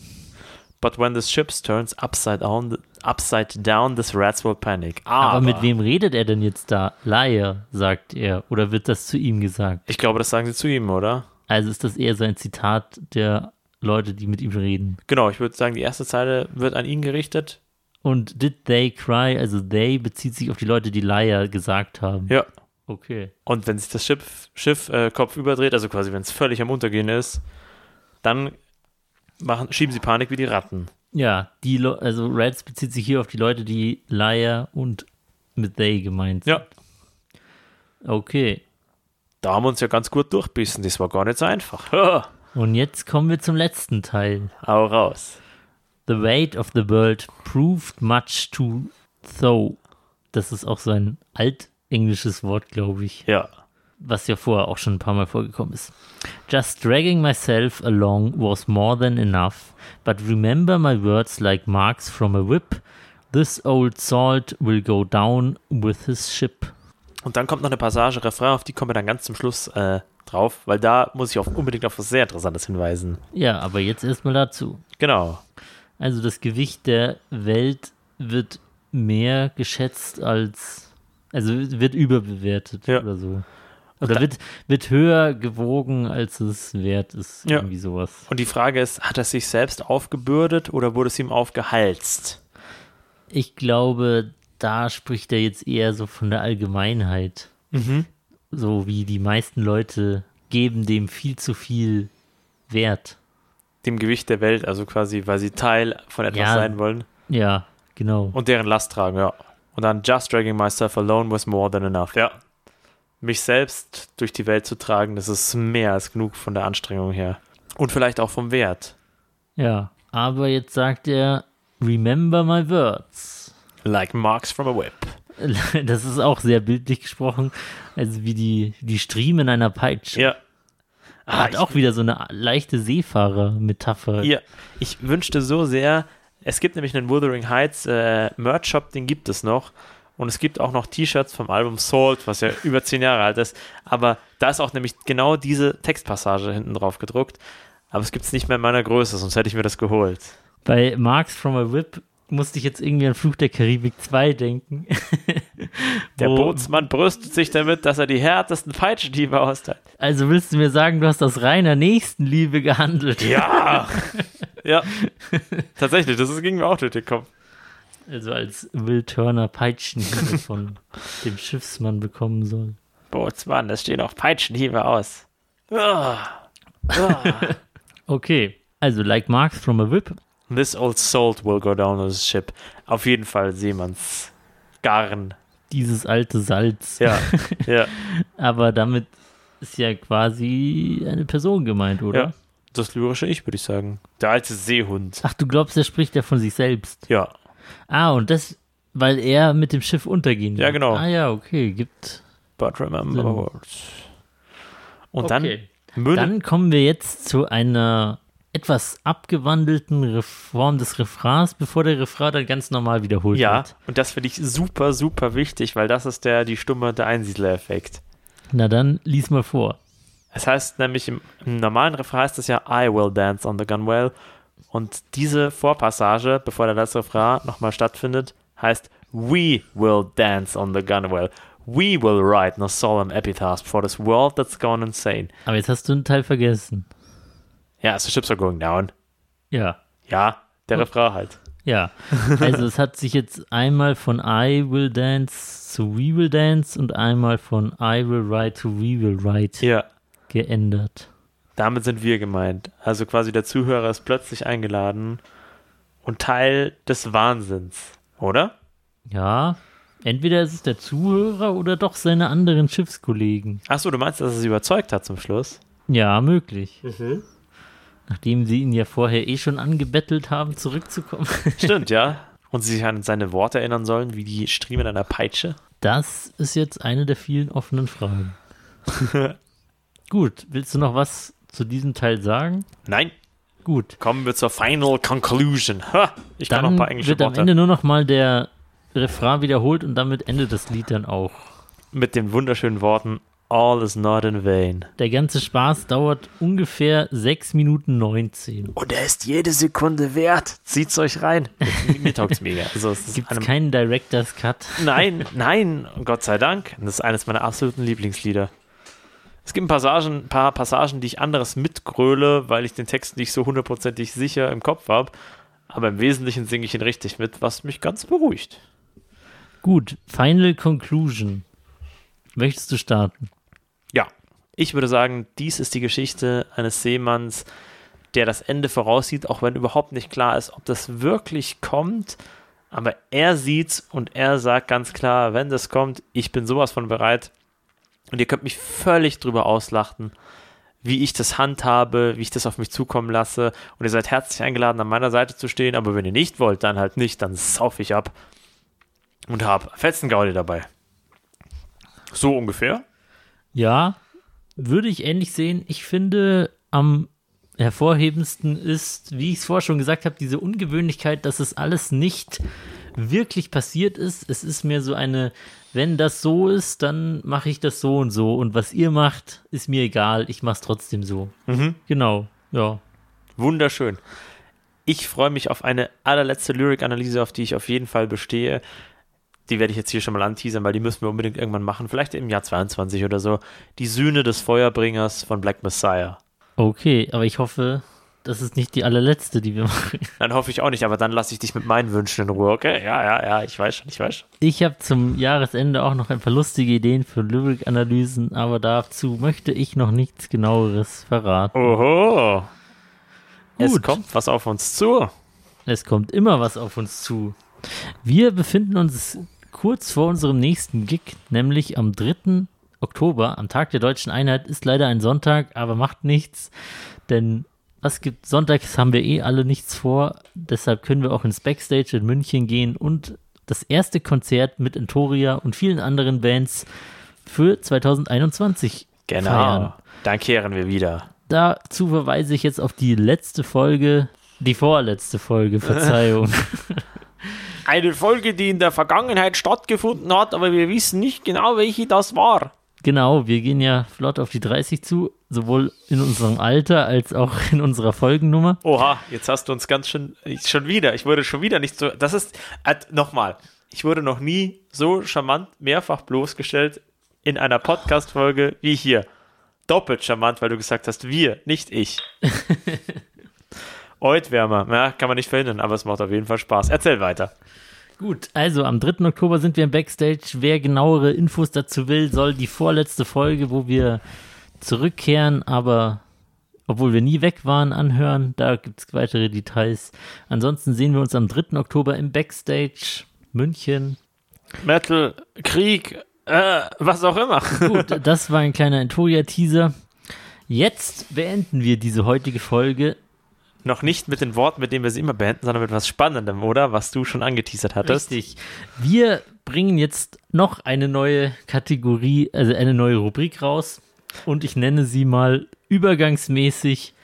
B: But when the ship turns upside down, upside down, this rats will panic. Aber,
A: Aber mit wem redet er denn jetzt da? Laie, sagt er. Oder wird das zu ihm gesagt?
B: Ich glaube, das sagen sie zu ihm, oder?
A: Also ist das eher so ein Zitat der Leute, die mit ihm reden.
B: Genau, ich würde sagen, die erste Zeile wird an ihn gerichtet.
A: Und Did They Cry, also They bezieht sich auf die Leute, die Liar gesagt haben.
B: Ja.
A: Okay.
B: Und wenn sich das Schiff, Schiff äh, Kopf überdreht, also quasi wenn es völlig am Untergehen ist, dann machen, schieben sie Panik wie die Ratten.
A: Ja, die Le also Rats bezieht sich hier auf die Leute, die Liar und mit They gemeint sind.
B: Ja,
A: Okay.
B: da haben wir uns ja ganz gut durchbissen. Das war gar nicht so einfach. Ha,
A: Und jetzt kommen wir zum letzten Teil.
B: Hau raus.
A: The weight of the world proved much to though. Das ist auch so ein altenglisches Wort, glaube ich,
B: Ja.
A: was ja vorher auch schon ein paar Mal vorgekommen ist. Just dragging myself along was more than enough, but remember my words like marks from a whip. This old salt will go down with his ship.
B: Und dann kommt noch eine Passage, Refrain, auf die kommen wir dann ganz zum Schluss äh, drauf, weil da muss ich auf, unbedingt auf was sehr Interessantes hinweisen.
A: Ja, aber jetzt erstmal dazu.
B: Genau.
A: Also das Gewicht der Welt wird mehr geschätzt als, also wird überbewertet
B: Ja.
A: oder so. Oder wird, wird höher gewogen, als es wert ist.
B: Ja.
A: Irgendwie sowas.
B: Und die Frage ist, hat er sich selbst aufgebürdet oder wurde es ihm aufgehalst?
A: Ich glaube, da spricht er jetzt eher so von der Allgemeinheit.
B: Mhm.
A: So wie die meisten Leute geben dem viel zu viel Wert.
B: Dem Gewicht der Welt, also quasi, weil sie Teil von etwas
A: Ja.
B: sein wollen
A: Ja, genau.
B: und deren Last tragen, ja. Und dann just dragging myself alone was more than enough, ja. Mich selbst durch die Welt zu tragen, das ist mehr als genug von der Anstrengung her. Und vielleicht auch vom Wert.
A: Ja. Aber jetzt sagt er, remember my words.
B: Like marks from a whip.
A: Das ist auch sehr bildlich gesprochen. Also wie die, die Striemen einer Peitsche.
B: Ja. Ah,
A: Hat auch wieder so eine leichte Seefahrer-Metapher.
B: Ja, ich wünschte so sehr, es gibt nämlich einen Wuthering Heights äh, Merch-Shop, den gibt es noch. Und es gibt auch noch T-Shirts vom Album Salt, was ja über zehn Jahre alt ist. Aber da ist auch nämlich genau diese Textpassage hinten drauf gedruckt. Aber es gibt es nicht mehr in meiner Größe, sonst hätte ich mir das geholt.
A: Bei Marx from a Whip musste ich jetzt irgendwie an Fluch der Karibik 2 denken.
B: Der
A: Wo-
B: Bootsmann brüstet sich damit, dass er die härtesten Peitschendiebe austeilt.
A: Also willst du mir sagen, du hast aus reiner Nächstenliebe gehandelt?
B: Ja! ja. Tatsächlich, das ist- ging mir auch durch den Kopf.
A: Also als Will Turner Peitschen von dem Schiffsmann bekommen soll.
B: Bootsmann, es stehen auch Peitschenhiebe aus. Ah. Ah.
A: Okay, also like Marx from a Whip.
B: This old salt will go down on the ship. Auf jeden Fall Seemannsgarn.
A: Dieses alte Salz.
B: Ja, ja,
A: Aber damit ist ja quasi eine Person gemeint, oder?
B: ja. Das lyrische Ich, würde ich sagen. Der alte Seehund.
A: Ach, du glaubst, er spricht ja von sich selbst.
B: Ja,
A: Ah, und das, weil er mit dem Schiff untergehen
B: Ja,
A: wird.
B: genau.
A: Ah ja, okay, gibt.
B: but remember
A: Sinn.
B: words. Und
A: Okay.
B: dann mündet,
A: Dann kommen wir jetzt zu einer etwas abgewandelten Reform des Refrains, bevor der Refrain dann ganz normal wiederholt
B: ja,
A: wird.
B: und das finde ich super, super wichtig, weil das ist der, die Stimme der Einsiedler-Effekt.
A: Na dann, lies mal vor.
B: Es heißt nämlich im, im normalen Refrain heißt es ja I will dance on the gunwale. Und diese Vorpassage, bevor der letzte Refrain nochmal stattfindet, heißt We will dance on the gunwale. We will write no solemn epitaph for this world that's gone insane.
A: Aber jetzt hast du einen Teil vergessen.
B: Ja, so ships are going down.
A: Ja,
B: Ja, der Refrain halt.
A: ja. Also es hat sich jetzt einmal von I will dance zu We will dance und einmal von I will write to We will write
B: Ja,
A: geändert.
B: damit sind wir gemeint. Also quasi der Zuhörer ist plötzlich eingeladen und Teil des Wahnsinns, oder?
A: Ja, entweder ist es der Zuhörer oder doch seine anderen Schiffskollegen.
B: Achso, du meinst, dass es überzeugt hat zum Schluss?
A: Ja, möglich. Nachdem sie ihn ja vorher eh schon angebettelt haben, zurückzukommen.
B: Stimmt, ja. Und sie sich an seine Worte erinnern sollen, wie die Striemen einer Peitsche.
A: Das ist jetzt eine der vielen offenen Fragen. Gut, willst du noch was zu diesem Teil sagen?
B: Nein,
A: Gut,
B: kommen wir zur Final Conclusion. Ha, ich kann noch
A: dann
B: ein paar englische
A: wird am
B: Worte.
A: Ende nur noch mal der Refrain wiederholt und damit endet das Lied dann auch.
B: Mit den wunderschönen Worten All is not in vain.
A: Der ganze Spaß dauert ungefähr 6 Minuten 19.
B: Und er ist jede Sekunde wert. Zieht's euch rein. Mir, mir taugt's mega. Also, es ist
A: Gibt es
B: einem-
A: keinen Director's Cut?
B: Nein, nein, Gott sei Dank. Das ist eines meiner absoluten Lieblingslieder. Es gibt ein, Passagen, ein paar Passagen, die ich anderes mitgröle, weil ich den Text nicht so hundertprozentig sicher im Kopf habe. Aber im Wesentlichen singe ich ihn richtig mit, was mich ganz beruhigt.
A: Gut, Final Conclusion. Möchtest du starten?
B: Ja, ich würde sagen, dies ist die Geschichte eines Seemanns, der das Ende voraussieht, auch wenn überhaupt nicht klar ist, ob das wirklich kommt. Aber er sieht's und er sagt ganz klar, wenn das kommt, ich bin sowas von bereit. Und ihr könnt mich völlig drüber auslachen, wie ich das handhabe, wie ich das auf mich zukommen lasse. Und ihr seid herzlich eingeladen, an meiner Seite zu stehen. Aber wenn ihr nicht wollt, dann halt nicht, dann sauf ich ab und hab Fetzengaudi dabei. So ungefähr.
A: Ja, würde ich ähnlich sehen. Ich finde, am hervorhebendsten ist, wie ich es vorher schon gesagt habe, diese Ungewöhnlichkeit, dass es alles nicht wirklich passiert ist. Es ist mir so eine, wenn das so ist, dann mache ich das so und so. Und was ihr macht, ist mir egal. Ich mache es trotzdem so. Genau, ja.
B: Wunderschön. Ich freue mich auf eine allerletzte Lyric-Analyse, auf die ich auf jeden Fall bestehe. Die werde ich jetzt hier schon mal anteasern, weil die müssen wir unbedingt irgendwann machen. Vielleicht im Jahr 22 oder so. Die Sühne des Feuerbringers von Black Messiah.
A: Okay, aber ich hoffe, das ist nicht die allerletzte, die wir machen.
B: Dann hoffe ich auch nicht, aber dann lasse ich dich mit meinen Wünschen in Ruhe, okay? Ja, ja, ja, ich weiß schon, ich weiß schon.
A: Ich habe zum Jahresende auch noch ein paar lustige Ideen für Lyric-Analysen, aber dazu möchte ich noch nichts genaueres verraten.
B: Oho. Es
A: Gut.
B: kommt was auf uns zu.
A: Es kommt immer was auf uns zu. Wir befinden uns kurz vor unserem nächsten Gig, nämlich am 3. Oktober, am Tag der deutschen Einheit, ist leider ein Sonntag, aber macht nichts, denn was gibt sonntags haben wir eh alle nichts vor, deshalb können wir auch ins Backstage in München gehen und das erste Konzert mit Entoria und vielen anderen Bands für 2021
B: Genau.
A: feiern.
B: Dann kehren wir wieder.
A: Dazu verweise ich jetzt auf die letzte Folge, die vorletzte Folge, Verzeihung.
B: Eine Folge, die in der Vergangenheit stattgefunden hat, aber wir wissen nicht genau, welche das war.
A: Genau, wir gehen ja flott auf die 30 zu, sowohl in unserem Alter als auch in unserer Folgennummer.
B: Oha, jetzt hast du uns ganz schön, ich- schon wieder, ich wurde schon wieder nicht so, das ist, äh, nochmal, ich wurde noch nie so charmant mehrfach bloßgestellt in einer Podcast-Folge wie hier. Doppelt charmant, weil du gesagt hast, wir, nicht ich. Eutwärmer, ja, kann man nicht verhindern, aber es macht auf jeden Fall Spaß. Erzähl weiter.
A: Gut, also am 3. Oktober sind wir im Backstage. Wer genauere Infos dazu will, soll die vorletzte Folge, wo wir zurückkehren, aber obwohl wir nie weg waren, anhören. Da gibt es weitere Details. Ansonsten sehen wir uns am 3. Oktober im Backstage München.
B: Metal, Krieg, äh, was auch immer.
A: Gut, das war ein kleiner Entoria-Teaser. Jetzt beenden wir diese heutige Folge
B: Noch nicht mit den Worten, mit denen wir sie immer beenden, sondern mit was Spannendem, oder? Was du schon angeteasert hattest.
A: Richtig. Wir bringen jetzt noch eine neue Kategorie, also eine neue Rubrik raus. Und ich nenne sie mal übergangsmäßig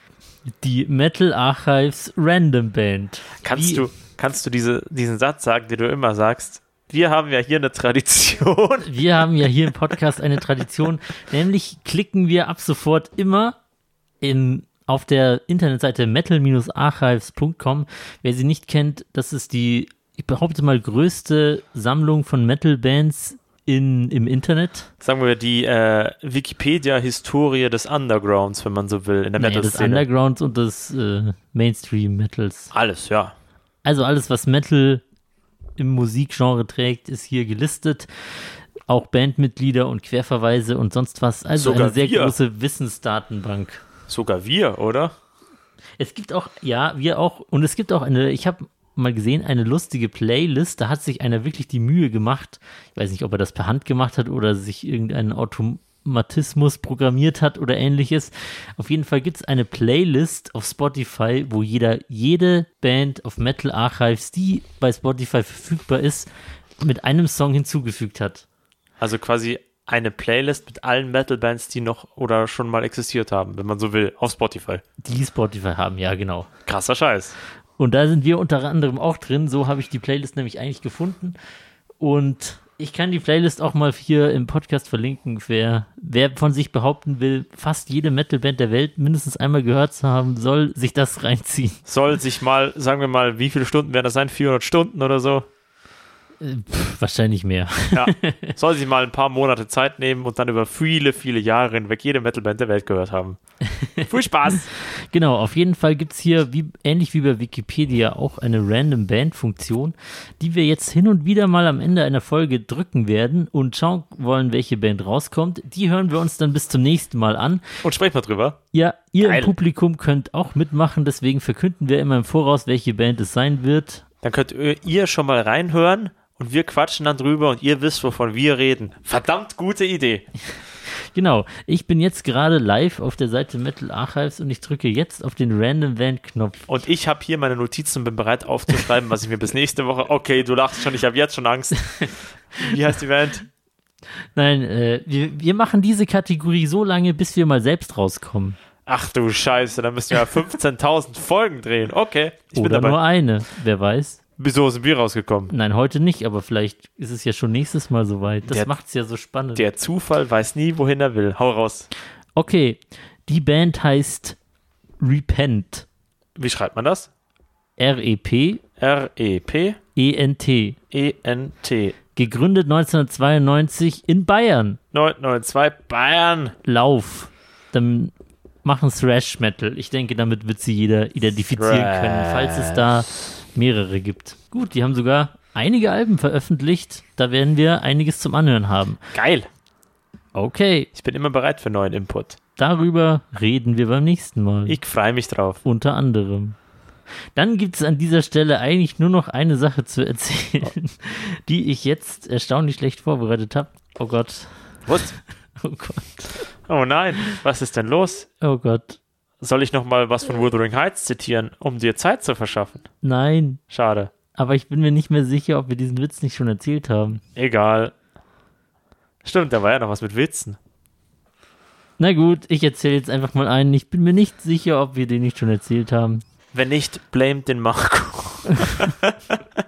A: die Metal Archives Random Band.
B: Kannst
A: Wie-
B: du, kannst du diese, diesen Satz sagen, den du immer sagst? Wir haben ja hier eine Tradition.
A: Wir haben ja hier im Podcast eine Tradition, nämlich klicken wir ab sofort immer in, auf der Internetseite metal-archives.com. Wer sie nicht kennt, das ist die, ich behaupte mal, größte Sammlung von Metal-Bands in, im Internet.
B: Sagen wir die äh, Wikipedia-Historie des Undergrounds, wenn man so will, in der
A: Nee, des
B: Metal-Szene.
A: Undergrounds und des äh, Mainstream-Metals.
B: Alles, ja.
A: Also alles, was Metal im Musikgenre trägt, ist hier gelistet. Auch Bandmitglieder und Querverweise und sonst was. Also
B: Sogar
A: eine sehr
B: wir.
A: große Wissensdatenbank.
B: Sogar wir, oder?
A: Es gibt auch, ja, wir auch, und es gibt auch eine, ich habe mal gesehen, eine lustige Playlist, da hat sich einer wirklich die Mühe gemacht, ich weiß nicht, ob er das per Hand gemacht hat oder sich irgendeinen Automatismus programmiert hat oder ähnliches. Auf jeden Fall gibt es eine Playlist auf Spotify, wo jeder, jede Band auf Metal Archives, die bei Spotify verfügbar ist, mit einem Song hinzugefügt hat.
B: Also quasi eine Playlist mit allen Metal-Bands, die noch oder schon mal existiert haben, wenn man so will, auf Spotify.
A: Die Spotify haben, ja, genau.
B: Krasser Scheiß.
A: Und da sind wir unter anderem auch drin. So habe ich die Playlist nämlich eigentlich gefunden. Und ich kann die Playlist auch mal hier im Podcast verlinken. Wer, wer von sich behaupten will, fast jede Metalband der Welt mindestens einmal gehört zu haben, soll sich das reinziehen.
B: Soll sich mal, sagen wir mal, wie viele Stunden werden das sein? 400 Stunden oder so?
A: Pff, wahrscheinlich mehr.
B: Ja. Soll sich mal ein paar Monate Zeit nehmen und dann über viele, viele Jahre hinweg jede Metalband der Welt gehört haben. Viel Spaß!
A: Genau, auf jeden Fall gibt es hier, wie, ähnlich wie bei Wikipedia, auch eine Random Band-Funktion, die wir jetzt hin und wieder mal am Ende einer Folge drücken werden und schauen wollen, welche Band rauskommt. Die hören wir uns dann bis zum nächsten Mal an.
B: Und sprecht mal drüber.
A: Ja, ihr
B: Geil.
A: im Publikum könnt auch mitmachen, deswegen verkünden wir immer im Voraus, welche Band es sein wird.
B: Dann könnt ihr ihr schon mal reinhören und wir quatschen dann drüber und ihr wisst, wovon wir reden. Verdammt gute Idee.
A: Genau, ich bin jetzt gerade live auf der Seite Metal Archives und ich drücke jetzt auf den Random Band-Knopf.
B: Und ich habe hier meine Notizen, bin bereit aufzuschreiben, was ich mir bis nächste Woche. Okay, du lachst schon, ich habe jetzt schon Angst. Wie heißt die Band?
A: Nein, äh, wir, wir machen diese Kategorie so lange, bis wir mal selbst rauskommen.
B: Ach du Scheiße, dann müssen wir ja 15.000 Folgen drehen. Okay, ich bin
A: Oder
B: dabei.
A: nur eine, wer weiß.
B: Wieso sind wir rausgekommen?
A: Nein, heute nicht, aber vielleicht ist es ja schon nächstes Mal soweit. Das
B: Der-
A: macht's ja so spannend.
B: Der Zufall weiß nie, wohin er will. Hau raus.
A: okay, die Band heißt Repent. E
B: Wie schreibt man das?
A: R-E-P-E-N-T.
B: E R-E-P-E-N-T.
A: E
B: E
A: Gegründet 1992 in Bayern.
B: 992 Bayern.
A: Lauf. Dann machen Thrash Metal. Ich denke, damit wird sie jeder identifizieren können, falls es da mehrere gibt. Gut, die haben sogar einige Alben veröffentlicht. Da werden wir einiges zum Anhören haben.
B: Geil.
A: Okay,
B: Ich bin immer bereit für neuen Input.
A: darüber reden wir beim nächsten Mal.
B: Ich freue mich drauf.
A: Unter anderem. Dann gibt es an dieser Stelle eigentlich nur noch eine Sache zu erzählen, die ich jetzt erstaunlich schlecht vorbereitet habe. Oh Gott,
B: Was?
A: oh Gott,
B: Oh nein, was ist denn los?
A: oh Gott.
B: Soll ich nochmal was von Wuthering Heights zitieren, um dir Zeit zu verschaffen?
A: Nein,
B: Schade.
A: aber ich bin mir nicht mehr sicher, ob wir diesen Witz nicht schon erzählt haben.
B: Egal. Stimmt, da war ja noch was mit Witzen.
A: Na gut, ich erzähle jetzt einfach mal einen. Ich bin mir nicht sicher, ob wir den nicht schon erzählt haben.
B: Wenn nicht, blamet den Marco.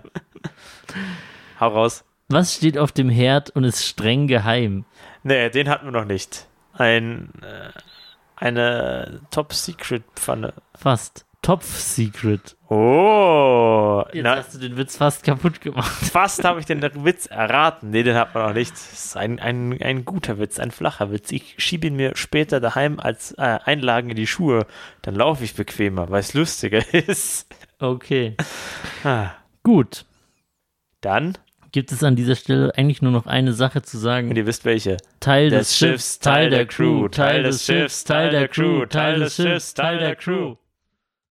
B: Hau raus.
A: Was steht auf dem Herd und ist streng geheim?
B: Nee, den hatten wir noch nicht. Ein, äh, eine Top-Secret-Pfanne.
A: Fast. Top Secret.
B: Oh,
A: Jetzt
B: na,
A: hast du den Witz fast kaputt gemacht.
B: fast habe ich den Witz erraten. Nee, den hat man noch nicht. Das ist ein, ein, ein guter Witz, ein flacher Witz. Ich schiebe ihn mir später daheim als äh, Einlagen in die Schuhe. Dann laufe ich bequemer, weil es lustiger ist.
A: Okay.
B: Ah,
A: Gut.
B: Dann,
A: Gibt es an dieser Stelle eigentlich nur noch eine Sache zu
B: wenn
A: sagen?
B: ihr wisst, welche.
A: Teil
B: des Schiffs, Teil der Crew, Teil des Schiffs, Teil der Crew, Teil des Schiffs, Teil der Crew.